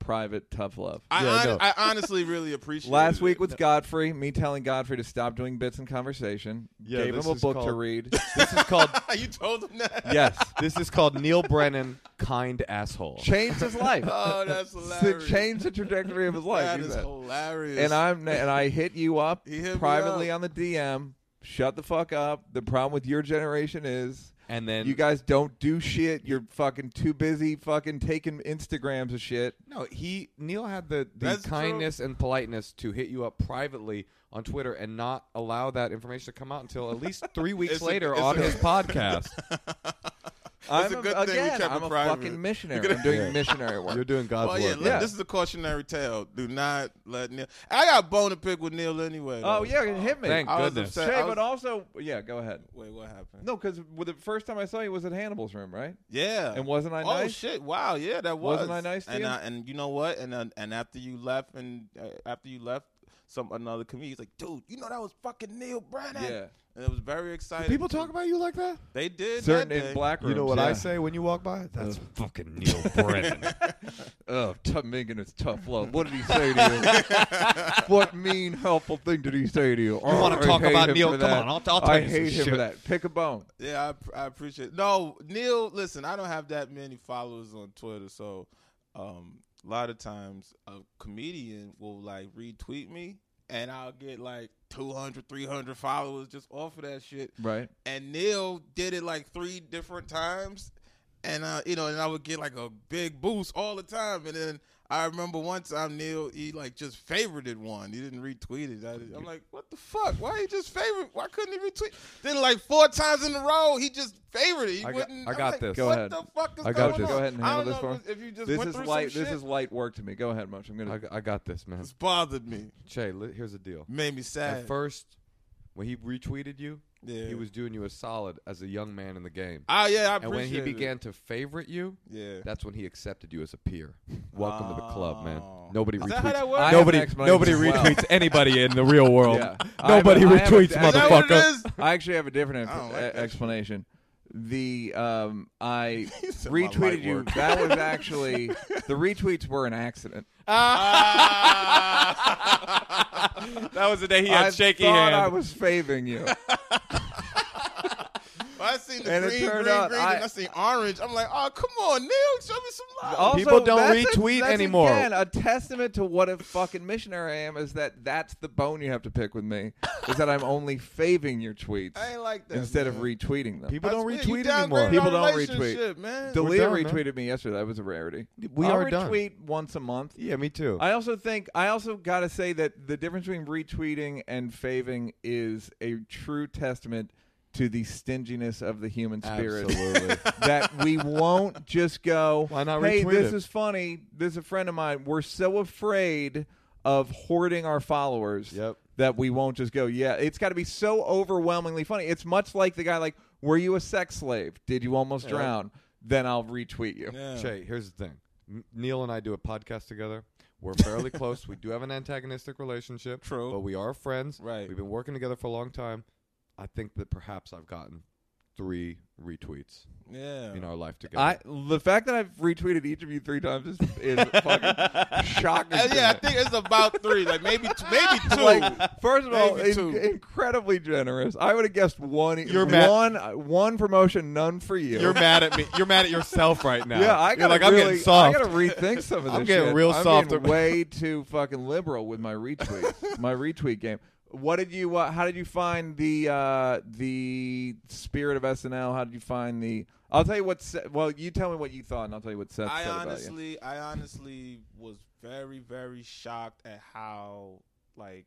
A: private tough love.
C: I,
B: Yeah,
C: hon-
B: no.
C: I honestly really appreciate.
A: Last week was Godfrey. Me telling Godfrey to stop doing bits in conversation.
B: Yeah,
A: gave
B: this
A: him a
B: is
A: book to
B: called-
A: read.
B: this is called
C: you told him that.
A: yes,
B: this is called Neil Brennan, kind asshole.
A: changed his life.
C: Oh, that's
A: It
C: hilarious.
A: changed the trajectory of his life.
C: That
A: you
C: is
A: bet.
C: hilarious.
A: and I'm and I hit you up
C: He hit me
A: privately
C: up.
A: on the DM. Shut the fuck up. The problem with your generation is
B: And then
A: you guys don't do shit. You're fucking too busy fucking taking Instagrams of shit.
B: No, he Neil had the, the
C: That's true.
B: kindness and politeness to hit you up privately on Twitter and not allow that information to come out until at least three weeks
C: It's a-
B: later
C: it's
B: on
C: a-
B: his podcast.
A: I'm
C: a good thing we
A: again,
C: kept
A: I'm
C: it
A: a
C: private.
A: fucking missionary. I'm doing missionary work.
B: You're doing God's
C: Oh yeah,
B: work.
C: look,
A: Yeah.
C: this is a cautionary tale. Do not let Neil. I got a bone to pick with Neil anyway.
A: oh
C: though.
A: yeah, it hit me.
B: Thank
A: I was
B: goodness.
A: upset. Hey,
C: I was-
A: but also yeah, go ahead.
C: Oh, Wait, what happened?
A: No, because the first time I saw you was at Hannibal's room, right?
C: Yeah.
A: And wasn't I
C: oh
A: nice?
C: shit! Wow, yeah, that was.
A: Wasn't I nice to
C: and
A: you?
C: I, and you know what? And uh, and after you left, and uh, after you left, some another comedian he's like, dude, you know that was fucking Neil Brennan.
A: Yeah.
C: And it was very exciting.
B: People talk about you like that?
C: They did.
A: Certain
C: that
A: in
C: day.
A: black rooms.
B: You know what
A: yeah.
B: I say when you walk by? That's fucking Neil Brennan.
A: Oh, tough making it's tough love. What did he say to you? what mean, helpful thing did he say to you? You
B: wanna talk about Neil? Come on, I'll- I'll tell
A: I
B: you some
A: hate him for
B: shit.
A: that. Pick a bone.
C: Yeah, I, I appreciate. No, Neil, listen, I don't have that many followers on Twitter, so um, a lot of times a comedian will like retweet me, and I'll get like 200, 300 followers just off of that shit.
A: Right.
C: And Neil did it like three different times, and uh, you know, and I would get like a big boost all the time, and then. I remember one time Neil he like just favorited one. He didn't retweet it. I, I'm like, what the fuck? Why he just favorite? Why couldn't he retweet? Then like four times in a row, he just favored it. He
B: I got-
C: wouldn't.
B: I
C: I'm
B: got
C: like,
B: this.
A: Go
C: what
A: ahead.
C: the fuck is
B: I got this.
C: going on?
A: Go ahead and
C: I
A: handle
C: don't
A: this
C: know
A: for
C: if it's- If you just
A: This
C: went
A: is
C: through
A: light.
C: some
A: This
C: shit.
A: is light work to me. Go ahead, Munch. I'm
C: Uh,
A: gonna.
B: I, I got this, man.
C: It's bothered me.
B: Che, li- here's the deal.
C: Made me
B: At
C: sad.
B: first, when he retweeted you,
C: yeah.
B: he was doing you a solid as a young man in the game.
C: Oh yeah, I appreciate
B: And when he
C: it.
B: began to favorite you,
C: Yeah.
B: That's when he accepted you as a peer. Welcome to the club, man.
C: Oh.
B: Nobody
C: Is
B: retweets.
C: that how that works?
A: I have an
B: Nobody,
A: explanation
B: nobody
A: as well.
B: retweets anybody in the real world.
A: Yeah.
B: Nobody
A: I have a- I have a-
B: retweets,
A: I
C: Is that what it
B: motherfucker.
C: is?
A: I actually have a different
C: I don't
A: ex-
C: like that
A: explanation. The um, I
C: said my light
A: retweeted you.
C: work.
A: That was actually the retweets were an accident.
B: That was the day he
A: I thought I was favoring you.
C: I seen the
A: And it
C: green, green,
A: turned
C: green,
A: out I-
C: and I seen orange. I'm like, oh come on, Neil, show me some love.
A: Also,
B: People don't
A: that's a-
B: retweet
A: that's
B: anymore.
A: Again, a testament to what a fucking missionary I am is that that's the bone you have to pick with me is that I'm only faving your tweets
C: I ain't like that.
A: instead of
C: man.
A: retweeting them.
B: People don't
C: That's
B: retweet
C: weird. You
B: anymore.
C: downgraded
A: People
C: our
A: don't retweet.
C: relationship, man.
A: Delia
B: done, man.
A: retweeted me yesterday. That was a rarity.
B: we
A: I'll
B: are done.
A: retweet once a month.
B: Yeah, me too.
A: I also think I also got to say that the difference between retweeting and faving is a true testament to the stinginess of the human spirit.
B: Absolutely.
A: that we won't just go.
B: Why not
A: Hey,
B: retweet
A: this
B: it?"
A: is funny. This is a friend of mine. We're so afraid of hoarding our followers
B: Yep.
A: that we won't just go. Yeah, it's got to be so overwhelmingly funny. It's much like the guy like Were you a sex slave? Did you almost drown? Then I'll retweet you.
C: Yeah.
B: Shay, here's the thing. M- Neil and I do a podcast together. We're fairly close. We do have an antagonistic relationship.
C: True.
B: But we are friends.
C: Right.
B: We've been working together for a long time. I think that perhaps I've gotten three retweets
C: Yeah.
B: in our life together.
A: I the fact that I've retweeted each of you three times is, is fucking shocking.
C: Uh,
A: to
C: yeah, I
A: me.
C: think it's about three, like maybe t- maybe two.
A: Like, first of all,
C: Maybe
A: in-
C: two.
A: incredibly generous. I would have guessed one.
B: You're mad-
A: one, one promotion, none for you.
B: You're mad at me. You're mad at yourself right now.
A: yeah, I
B: You're
A: got
B: like I'm
A: really,
B: getting soft.
A: I gotta rethink some of this.
B: I'm getting
A: shit.
B: real
A: I'm
B: soft.
A: being way too fucking liberal with my retweets. my retweet game. What did you? Uh, how did you find the uh, the spirit of SNL? How did you find the? I'll tell you what. Seth, well, you tell me what you thought, and I'll tell you what Seth
C: I
A: said about you.
C: honestly, I honestly was very, very shocked at how like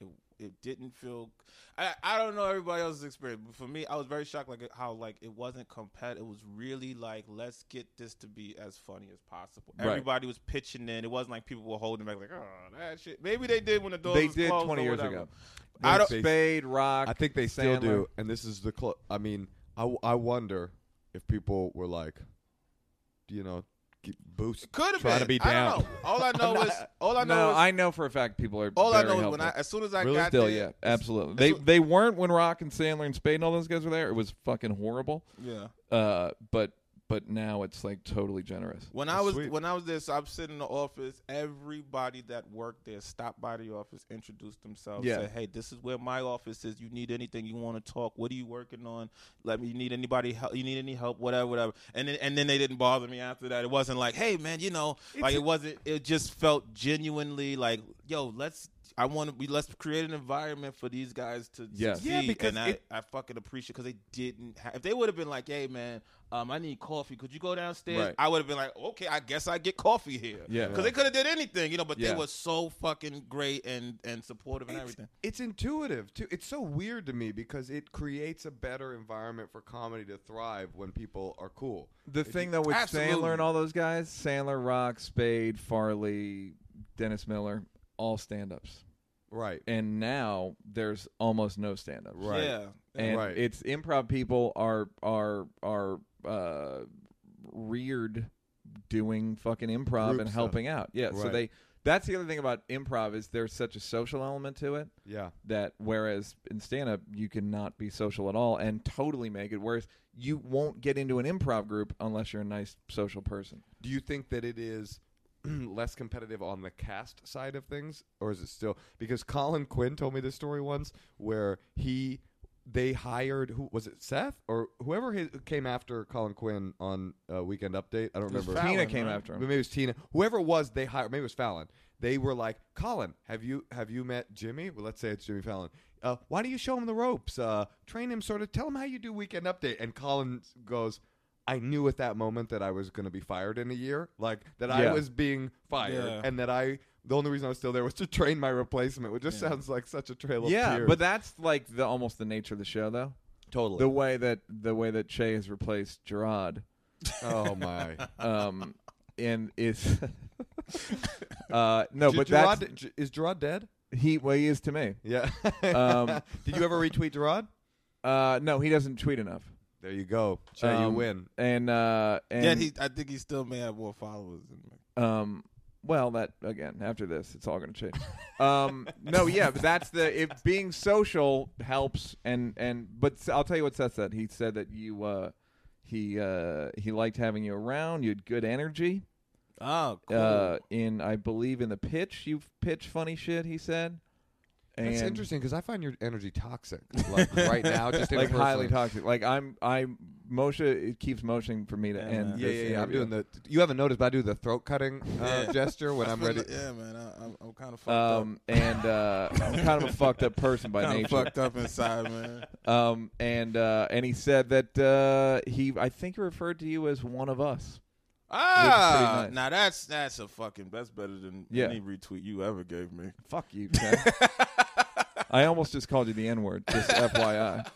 C: it, it didn't feel. I I don't know everybody else's experience, but for me, I was very shocked like how like it wasn't compet. It was really like let's get this to be as funny as possible.
A: Right.
C: Everybody was pitching in. It wasn't like people were holding back like oh that shit. Maybe they did when the doors
A: They
C: was
A: did
C: closed
A: 20
C: or
A: years
C: whatever.
A: ago.
C: I don't.
B: They-
A: Spade, Rock.
B: I think they still
A: Sandler.
B: do, and this is the. Cl- I mean, I, w- I wonder if people were like, you know, get boost,
C: Could have
B: trying
C: been.
B: to be
C: I don't
B: down.
C: know. All I know is all I know
A: no,
C: is
A: I know for a fact people are.
C: all I
A: very
C: know is
A: helpful.
C: when I as soon as I
B: Really?
C: got
A: Still,
C: there,
A: yeah, absolutely. They
C: it's-
A: they weren't when Rock and Sandler and Spade and all those guys were there. It was fucking horrible.
C: yeah.
A: Uh, but but now it's like totally generous.
C: When I
B: That's
C: was
B: sweet.
C: when I was there, so I'm sitting in the office. Everybody that worked there stopped by the office, introduced themselves,
A: Yeah.
C: said, "Hey, this is where my office is. You need anything? You want to talk? What are you working on? Let me. You need anybody? Help? You need any help? Whatever, whatever." And then and then they didn't bother me after that. It wasn't like, "Hey, man, you know," like it wasn't. It just felt genuinely like, "Yo, let's." I want to be. Let's create an environment for these guys to
A: Yeah.
C: succeed.
B: Yeah, because
C: and I,
B: it-
C: I fucking appreciate because they didn't. Have, if they would have been like, "Hey, man, um, I need coffee. Could you go downstairs?"
A: Right.
C: I would have been like, okay, I guess I get coffee here.
A: Yeah.
C: because they could have did anything, you know. But
A: Yeah.
C: they were so fucking great and and supportive and
B: it's,
C: everything.
B: It's intuitive too. It's so weird to me because it creates a better environment for comedy to thrive when people are cool.
A: The thing though with
C: Absolutely.
A: Sandler and all those guys, Sandler, Rock, Spade, Farley, Dennis Miller, all stand ups.
B: Right.
A: And now there's almost no stand ups.
B: Right.
C: Yeah,
A: And
B: Right.
A: it's improv people are are are uh reared doing fucking improv
B: Group
A: and
B: stuff.
A: helping out. Yeah. So
B: Right.
A: they that's the other thing about improv is there's such a social element to it.
B: Yeah.
A: that whereas in stand up you cannot be social at all and totally make it whereas you won't get into an improv group unless you're a nice social person
B: Do you think that it is less competitive on the cast side of things, or is it still? Because Colin Quinn told me this story once where he they hired who was it Seth or whoever his, came after Colin Quinn on uh, Weekend Update. I don't
C: was
B: remember.
C: Fallon,
A: tina came
C: right?
A: after
B: But
A: him
B: maybe it was Tina. Whoever it was, they hired. Maybe it was Fallon. They were like, Colin, have you have you met Jimmy? Well, let's say it's Jimmy Fallon. Uh, why do you show him the ropes? Uh, train him, sort of. Tell him how you do Weekend Update. And Colin goes, I knew at that moment that I was going to be fired in a year, like that
A: Yeah.
B: I was being fired,
C: Yeah.
B: and that I the only reason I was still there was to train my replacement, which just
C: Yeah.
B: sounds like such a trail of
A: yeah
B: tears.
A: but that's like the almost the nature of the show though
B: totally.
A: the way that the way that che has replaced gerard
B: oh my!
A: um and is uh no
B: Did
A: but
B: Gerard,
A: that's
B: d- is Gerard dead?
A: he well he is to me
B: Yeah.
A: Um,
B: Did you ever retweet Gerard?
A: uh no he doesn't tweet enough
B: There you go. Jay,
A: Um,
B: you win.
A: and uh and
C: Yet he, I think he still may have more followers than me.
A: Um, well, that again after this, it's all going to change. um, no, yeah, but that's the if being social helps and and but s- I'll tell you what Seth said. He said that you uh, he uh, he liked having you around. You had good energy.
C: Oh, cool.
A: Uh, in I believe in the pitch, you pitch funny shit. He said.
B: That's
A: And,
B: interesting because I find your energy toxic. Like right now, just in
A: Like
B: person.
A: highly toxic. Like I'm, I'm Moshe. It keeps motioning for me to
C: Yeah,
A: end.
C: man.
B: Yeah,
A: this
B: yeah, yeah. I'm
A: interview.
B: doing the. You haven't noticed, but I do the throat cutting uh,
C: Yeah.
B: gesture when
C: I
B: I'm
C: feel
B: ready.
C: like- yeah, man, I, I'm, I'm kind of fucked
A: Um, and uh, I'm kind of a fucked up person
C: up.
A: by
C: Kind
A: nature.
C: of fucked up inside, man.
A: Um, and uh, and he said that uh, he, I think, he referred to you as one of us.
C: Ah,
A: nice.
C: now that's that's a fucking that's better than
A: Yeah.
C: any retweet you ever gave me.
A: Fuck you, Ted. I almost just called you the N word, just FYI.
C: That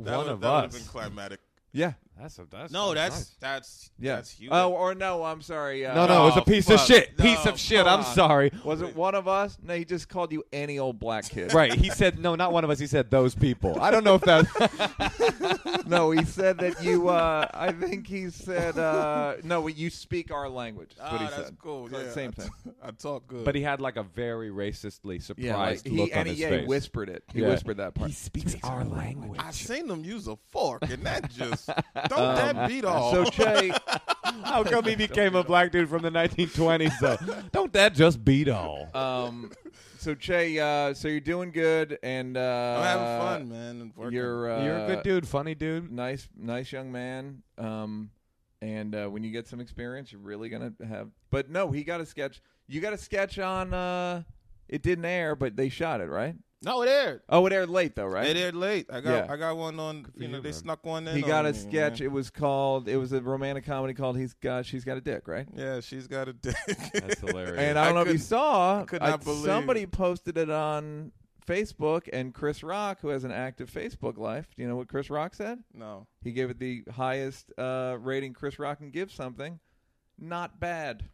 B: One of
C: would- that would have
B: us.
C: been climatic.
A: Yeah,
B: That's a that's
C: No,
B: that's nice.
C: that's that's
A: Yeah.
C: that's huge.
A: Oh, or no, I'm sorry. Uh,
B: no, no, it was a
C: oh,
B: piece of
C: fuck.
B: shit.
C: No,
B: piece of shit.
A: come
B: I'm
A: on.
B: sorry.
A: Was it one of us? No, he just called you any old black kid.
B: right. He said no, not one of us. He said those people. I don't know if that.
A: No, he said that you. Uh, I think he said uh, no. You speak our language. Is
C: Ah,
A: what he
C: that's
A: said.
C: cool.
A: So it's
C: Yeah,
A: same
C: I-
A: thing.
C: I talk good.
B: but he had like a very racistly surprised
A: Yeah, like,
B: look
A: he
B: on
A: and
B: his
A: he yeah,
B: face.
A: whispered it. He
B: Yeah.
A: whispered that part.
B: speaks our language.
C: I seen him use a fork, and that just don't that beat all.
A: Um, So Che,
B: How come he became a black dude from the 1920s? Though, don't that just beat all?
A: um, so Che, uh, so you're doing good, and uh,
C: I'm having fun, man. and working.
A: You're uh,
B: You're a good dude, funny dude.
A: Nice, nice young man. Um, and uh, when you get some experience, you're really gonna have. But no, he got a sketch. You got a sketch on. Uh, it didn't air, but they shot it, right?
C: no, it aired.
A: Oh, it aired late though, right?
C: It aired late. I got
A: Yeah.
C: I got one on. You know,
B: you,
C: they
B: man.
C: snuck one in.
A: He got
C: on
A: a
C: me,
A: sketch.
C: man.
A: It was called. It was a romantic comedy called "He's Got She's Got a Dick," right?
C: Yeah, she's got a dick.
B: That's hilarious.
A: And I don't
C: I
A: know if you
C: couldn't-
A: saw.
C: could not believe
A: somebody posted it on Facebook, and Chris Rock, who has an active Facebook life, do you know what Chris Rock said?
C: no,
A: He gave it the highest uh, rating Chris Rock can give something. Not bad.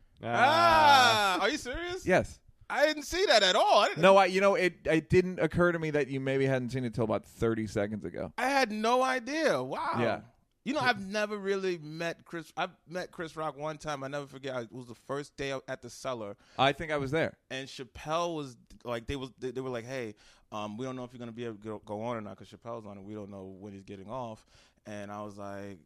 C: ah, are you serious?
A: Yes.
C: I didn't see that at all. I, didn't,
A: No, I. You know, it. It didn't occur to me that you maybe hadn't seen it till about thirty seconds ago.
C: I had no idea. Wow.
A: Yeah.
C: You know, I've never really met Chris. I've met Chris Rock one time. I never forget. I- It was the first day at the cellar,
A: I think I was there.
C: and Chappelle was like, they was they, they were like, hey, um, we don't know if you're gonna be able to go, go on or not because Chappelle's on it. We don't know when he's getting off. And I was like,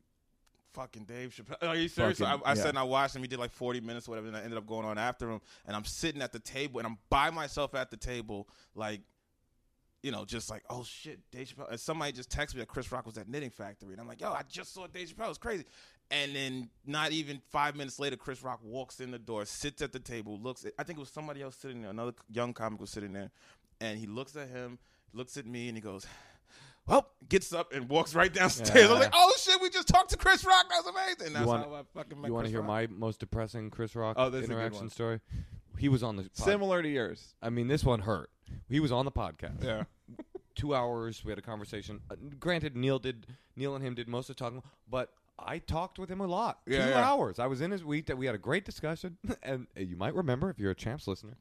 C: fucking Dave Chappelle. Are you serious?
A: Fucking-
C: so I, I
A: yeah.
C: said and I watched him. He did like 40 minutes or whatever, and I ended up going on after him. And I'm sitting at the table, and I'm by myself at the table, like. You know, just like oh shit, Dave Chappelle. And somebody just texted me that Chris Rock was at Knitting Factory, and I'm like, yo, I just saw Dave Chappelle. It's crazy. And then not even five minutes later, Chris Rock walks in the door, sits at the table, looks. At, I think it was somebody else sitting there. Another young comic was sitting there, and he looks at him, looks at me, and he goes, "Well," gets up and walks right downstairs. I'm like, oh shit, we just talked to Chris Rock. That was amazing. That's
B: want-
C: how I fucking met
B: You want to
C: Chris
B: hear
C: Rock.
B: my most depressing Chris Rock
A: Oh, this is a good
B: interaction
A: one.
B: story? He was on the pod-
A: Similar to yours.
B: I mean, this one hurt. He was on the podcast.
C: Yeah.
B: Two hours. We had a conversation. Uh, granted, Neil did. Neil and him did most of the talking, but I talked with him a lot.
C: Yeah,
B: Two
C: yeah.
B: hours. I was in his week. That we had a great discussion, and uh, you might remember if you're a champs listener.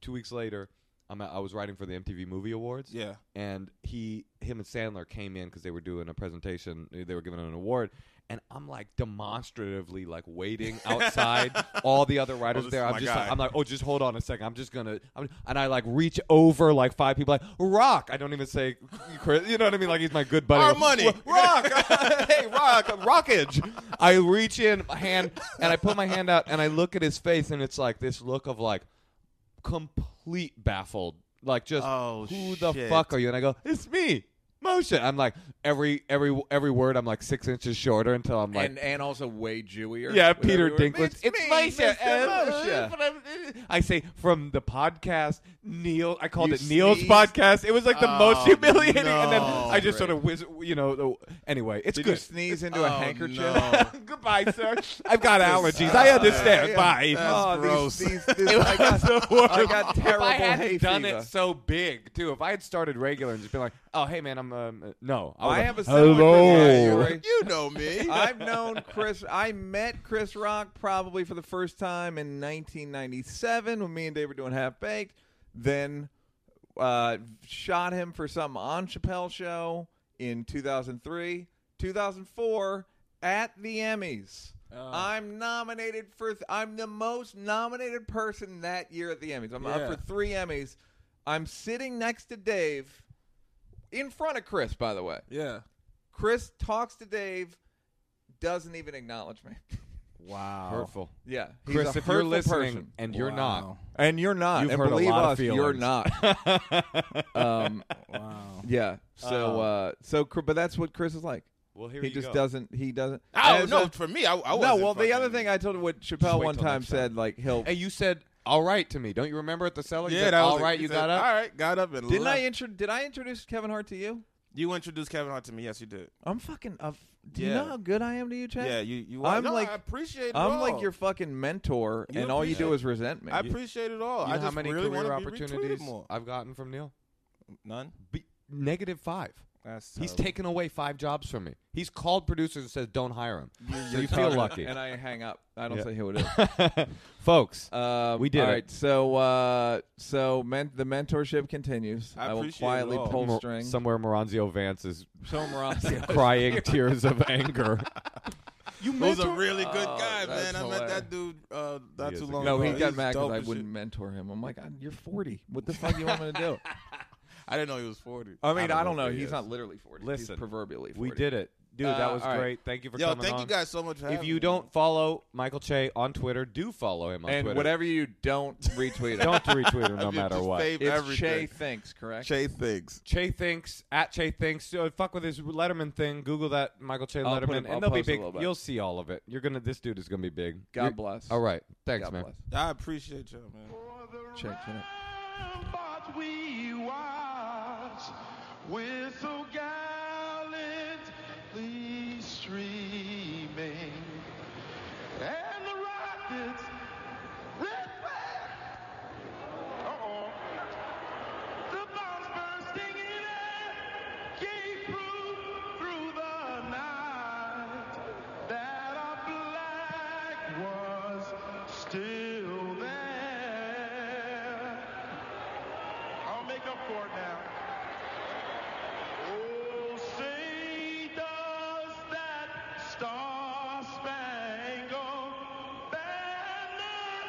B: Two weeks later, I'm at, I was writing for the MTV Movie Awards.
C: Yeah.
B: and he him and Sandler came in because they were doing a presentation. They were giving an award, and I'm like demonstratively like waiting outside. all the other writers
C: this
B: there.
C: is
B: I'm
C: my
B: just
C: guy.
B: like, I'm like, oh, just hold on a second. I'm just gonna. I'm, and I like reach over like five people. Like Rock. I don't even say Chris. You know what I mean? Like he's my good buddy.
C: Our money.
B: "Ro- Rock. hey, Rock. Rockage. I reach in my hand and I put my hand out and I look at his face and it's like this look of like complete baffled. Like just
C: Oh,
B: who the
C: shit.
B: fuck are you? And I go, it's me, Moshe. I'm like every every every word. I'm like six inches shorter until I'm like
A: and and also way Jewier.
B: yeah,
A: Whatever
B: Peter
A: you were-
B: Dinklage.
A: It's, me, Mr. Moshe.
B: I say from the podcast, Neil. I called
A: You
B: it Neil's
A: sneezed?
B: podcast. It was like the most
C: Oh,
B: humiliating, and then
C: no.
B: I just sort of whiz, you know. The, anyway, it's
A: Did you
B: good.
A: sneeze into a
C: Oh,
A: handkerchief?
C: no.
B: Goodbye, sir. I've got allergies. I understand.
A: Yeah.
B: Bye.
C: That's
A: oh, these-
C: gross.
A: these- this- I got, I got
B: If
A: terrible
B: I had
A: hay
B: done
A: fever.
B: it so big too, if I had started regular and just been like, "Oh, hey man, I'm um, uh, no," I, was
A: I
B: like,
A: have a similar
B: hello.
A: Chris Rock story.
C: You know me.
A: I've known Chris. I met Chris Rock probably for the first time in 1997 when me and Dave were doing Half Baked. Then uh, shot him for something on Chappelle Show in 2003, 2004 at the Emmys. I'm nominated for. Th- I'm the most nominated person that year at the Emmys. I'm up
C: Yeah.
A: for three Emmys. I'm sitting next to Dave, in front of Chris. By the way,
C: yeah.
A: Chris talks to Dave, doesn't even acknowledge me.
C: Wow.
B: hurtful.
A: Yeah, he's
B: Chris,
A: a
B: if you're
A: hurtful
B: listening
A: person.
B: and you're
C: Wow.
A: and you're not,
B: You've
A: and
B: hurt a
A: believe
B: lot of
A: us, you're
B: feelings.
A: not.
B: not,
A: Um,
C: Wow.
A: yeah. So, uh, so, Cr- but that's what Chris is like.
B: well, here
A: He
B: you
A: just
B: go.
A: doesn't. He doesn't.
C: Oh
A: As
C: no!
A: a-
C: for me, I, I
A: no.
C: wasn't
A: Well, the
C: fucking-
A: other thing I told you what
B: Just
A: Chappelle
B: wait
A: one
B: till
A: time
B: next time.
A: said, like he'll.
B: Hey, you said all right to me. Don't you remember at the cellar? You
C: yeah,
B: said,
C: that was
B: all
C: it.
B: right,
C: He
B: you
C: said,
B: got up.
C: All right, got up and
A: didn't I
C: left.
A: intro? Did I introduce Kevin Hart to you?
C: you introduced Kevin Hart to me. Yes, you did.
A: I'm fucking. Uh, do you
C: Yeah.
A: know how good I am to you, Chad?
C: Yeah, you. you
A: I'm
C: no,
A: like-
C: I appreciate. It
A: I'm
C: all.
A: like your fucking mentor,
C: You
A: and all you do
C: appreciate-
A: is resent me.
C: I appreciate it all.
B: You know
C: I just
B: how many
C: really
B: career
C: want to be retweeted
B: opportunities
C: more.
B: I've gotten from Neil?
C: None.
B: Be- negative five.
C: That's
B: He's
C: terrible.
B: taken away five jobs from me. He's called producers and says, "Don't hire him." so
A: You're
B: you feel
A: talking-
B: lucky,
A: And I hang up. I don't
B: Yeah.
A: say who it is.
B: folks.
A: Um,
B: We did
A: All
B: it.
A: right, so uh, so men- the mentorship continues.
C: I
A: will
C: appreciate it
A: quietly
C: all.
A: pull
B: Mor-
A: strings. Some-
B: somewhere, Moranzio Vance is
A: Moranzio.
B: crying tears of anger. you
C: He was a really good
A: Oh,
C: guy,
A: that's
C: man. I met that dude uh, not
B: He
C: too
B: is a
C: long
B: good
A: no,
C: ago.
A: he got
C: He's
A: mad because
C: dope
A: I
C: as shit.
A: wouldn't mentor him. I'm like, God, you're 40. What the fuck do you want me to do?
C: I didn't know he was forty.
A: I mean, I don't, know.
B: if he
A: He's
B: is.
A: not literally 40.
B: Listen,
A: He's proverbially 40.
B: We did it, dude.
A: Uh,
B: that was
A: all right.
B: great. Thank you for
C: Yo,
B: coming.
C: thank
B: on.
C: you guys so much for having
B: If you
C: me,
B: don't
C: man.
B: follow Michael Che on Twitter, do follow him on
A: And
B: Twitter.
A: whatever you don't retweet it.
B: Don't retweet him no
C: If you
B: matter
C: just
B: what.
C: save
A: it's Che
C: everything.
A: thinks, correct?
C: Che thinks.
B: Che thinks at Che thinks. So fuck with his Letterman thing. Google that Michael Che
A: I'll put
B: Letterman,
A: it- I'll
B: and they'll be
A: post a
B: big.
A: little bit.
B: You'll see all of it. You're gonna. This dude is gonna be big.
A: God
B: You're-
A: bless.
B: All right. Thanks,
A: God
B: man.
A: bless.
C: I appreciate y'all, man.
A: Check it out.
E: But we watch with so gallantly streaming, and the rockets red back. Uh-oh. The bombs bursting in air gave proof through the night that our black was still there. I'll make up for it now. Oh, say does that star-spangled banner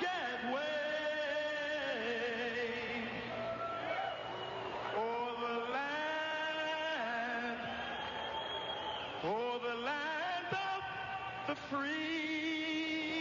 E: yet wave o'er the land, o'er the land of the free?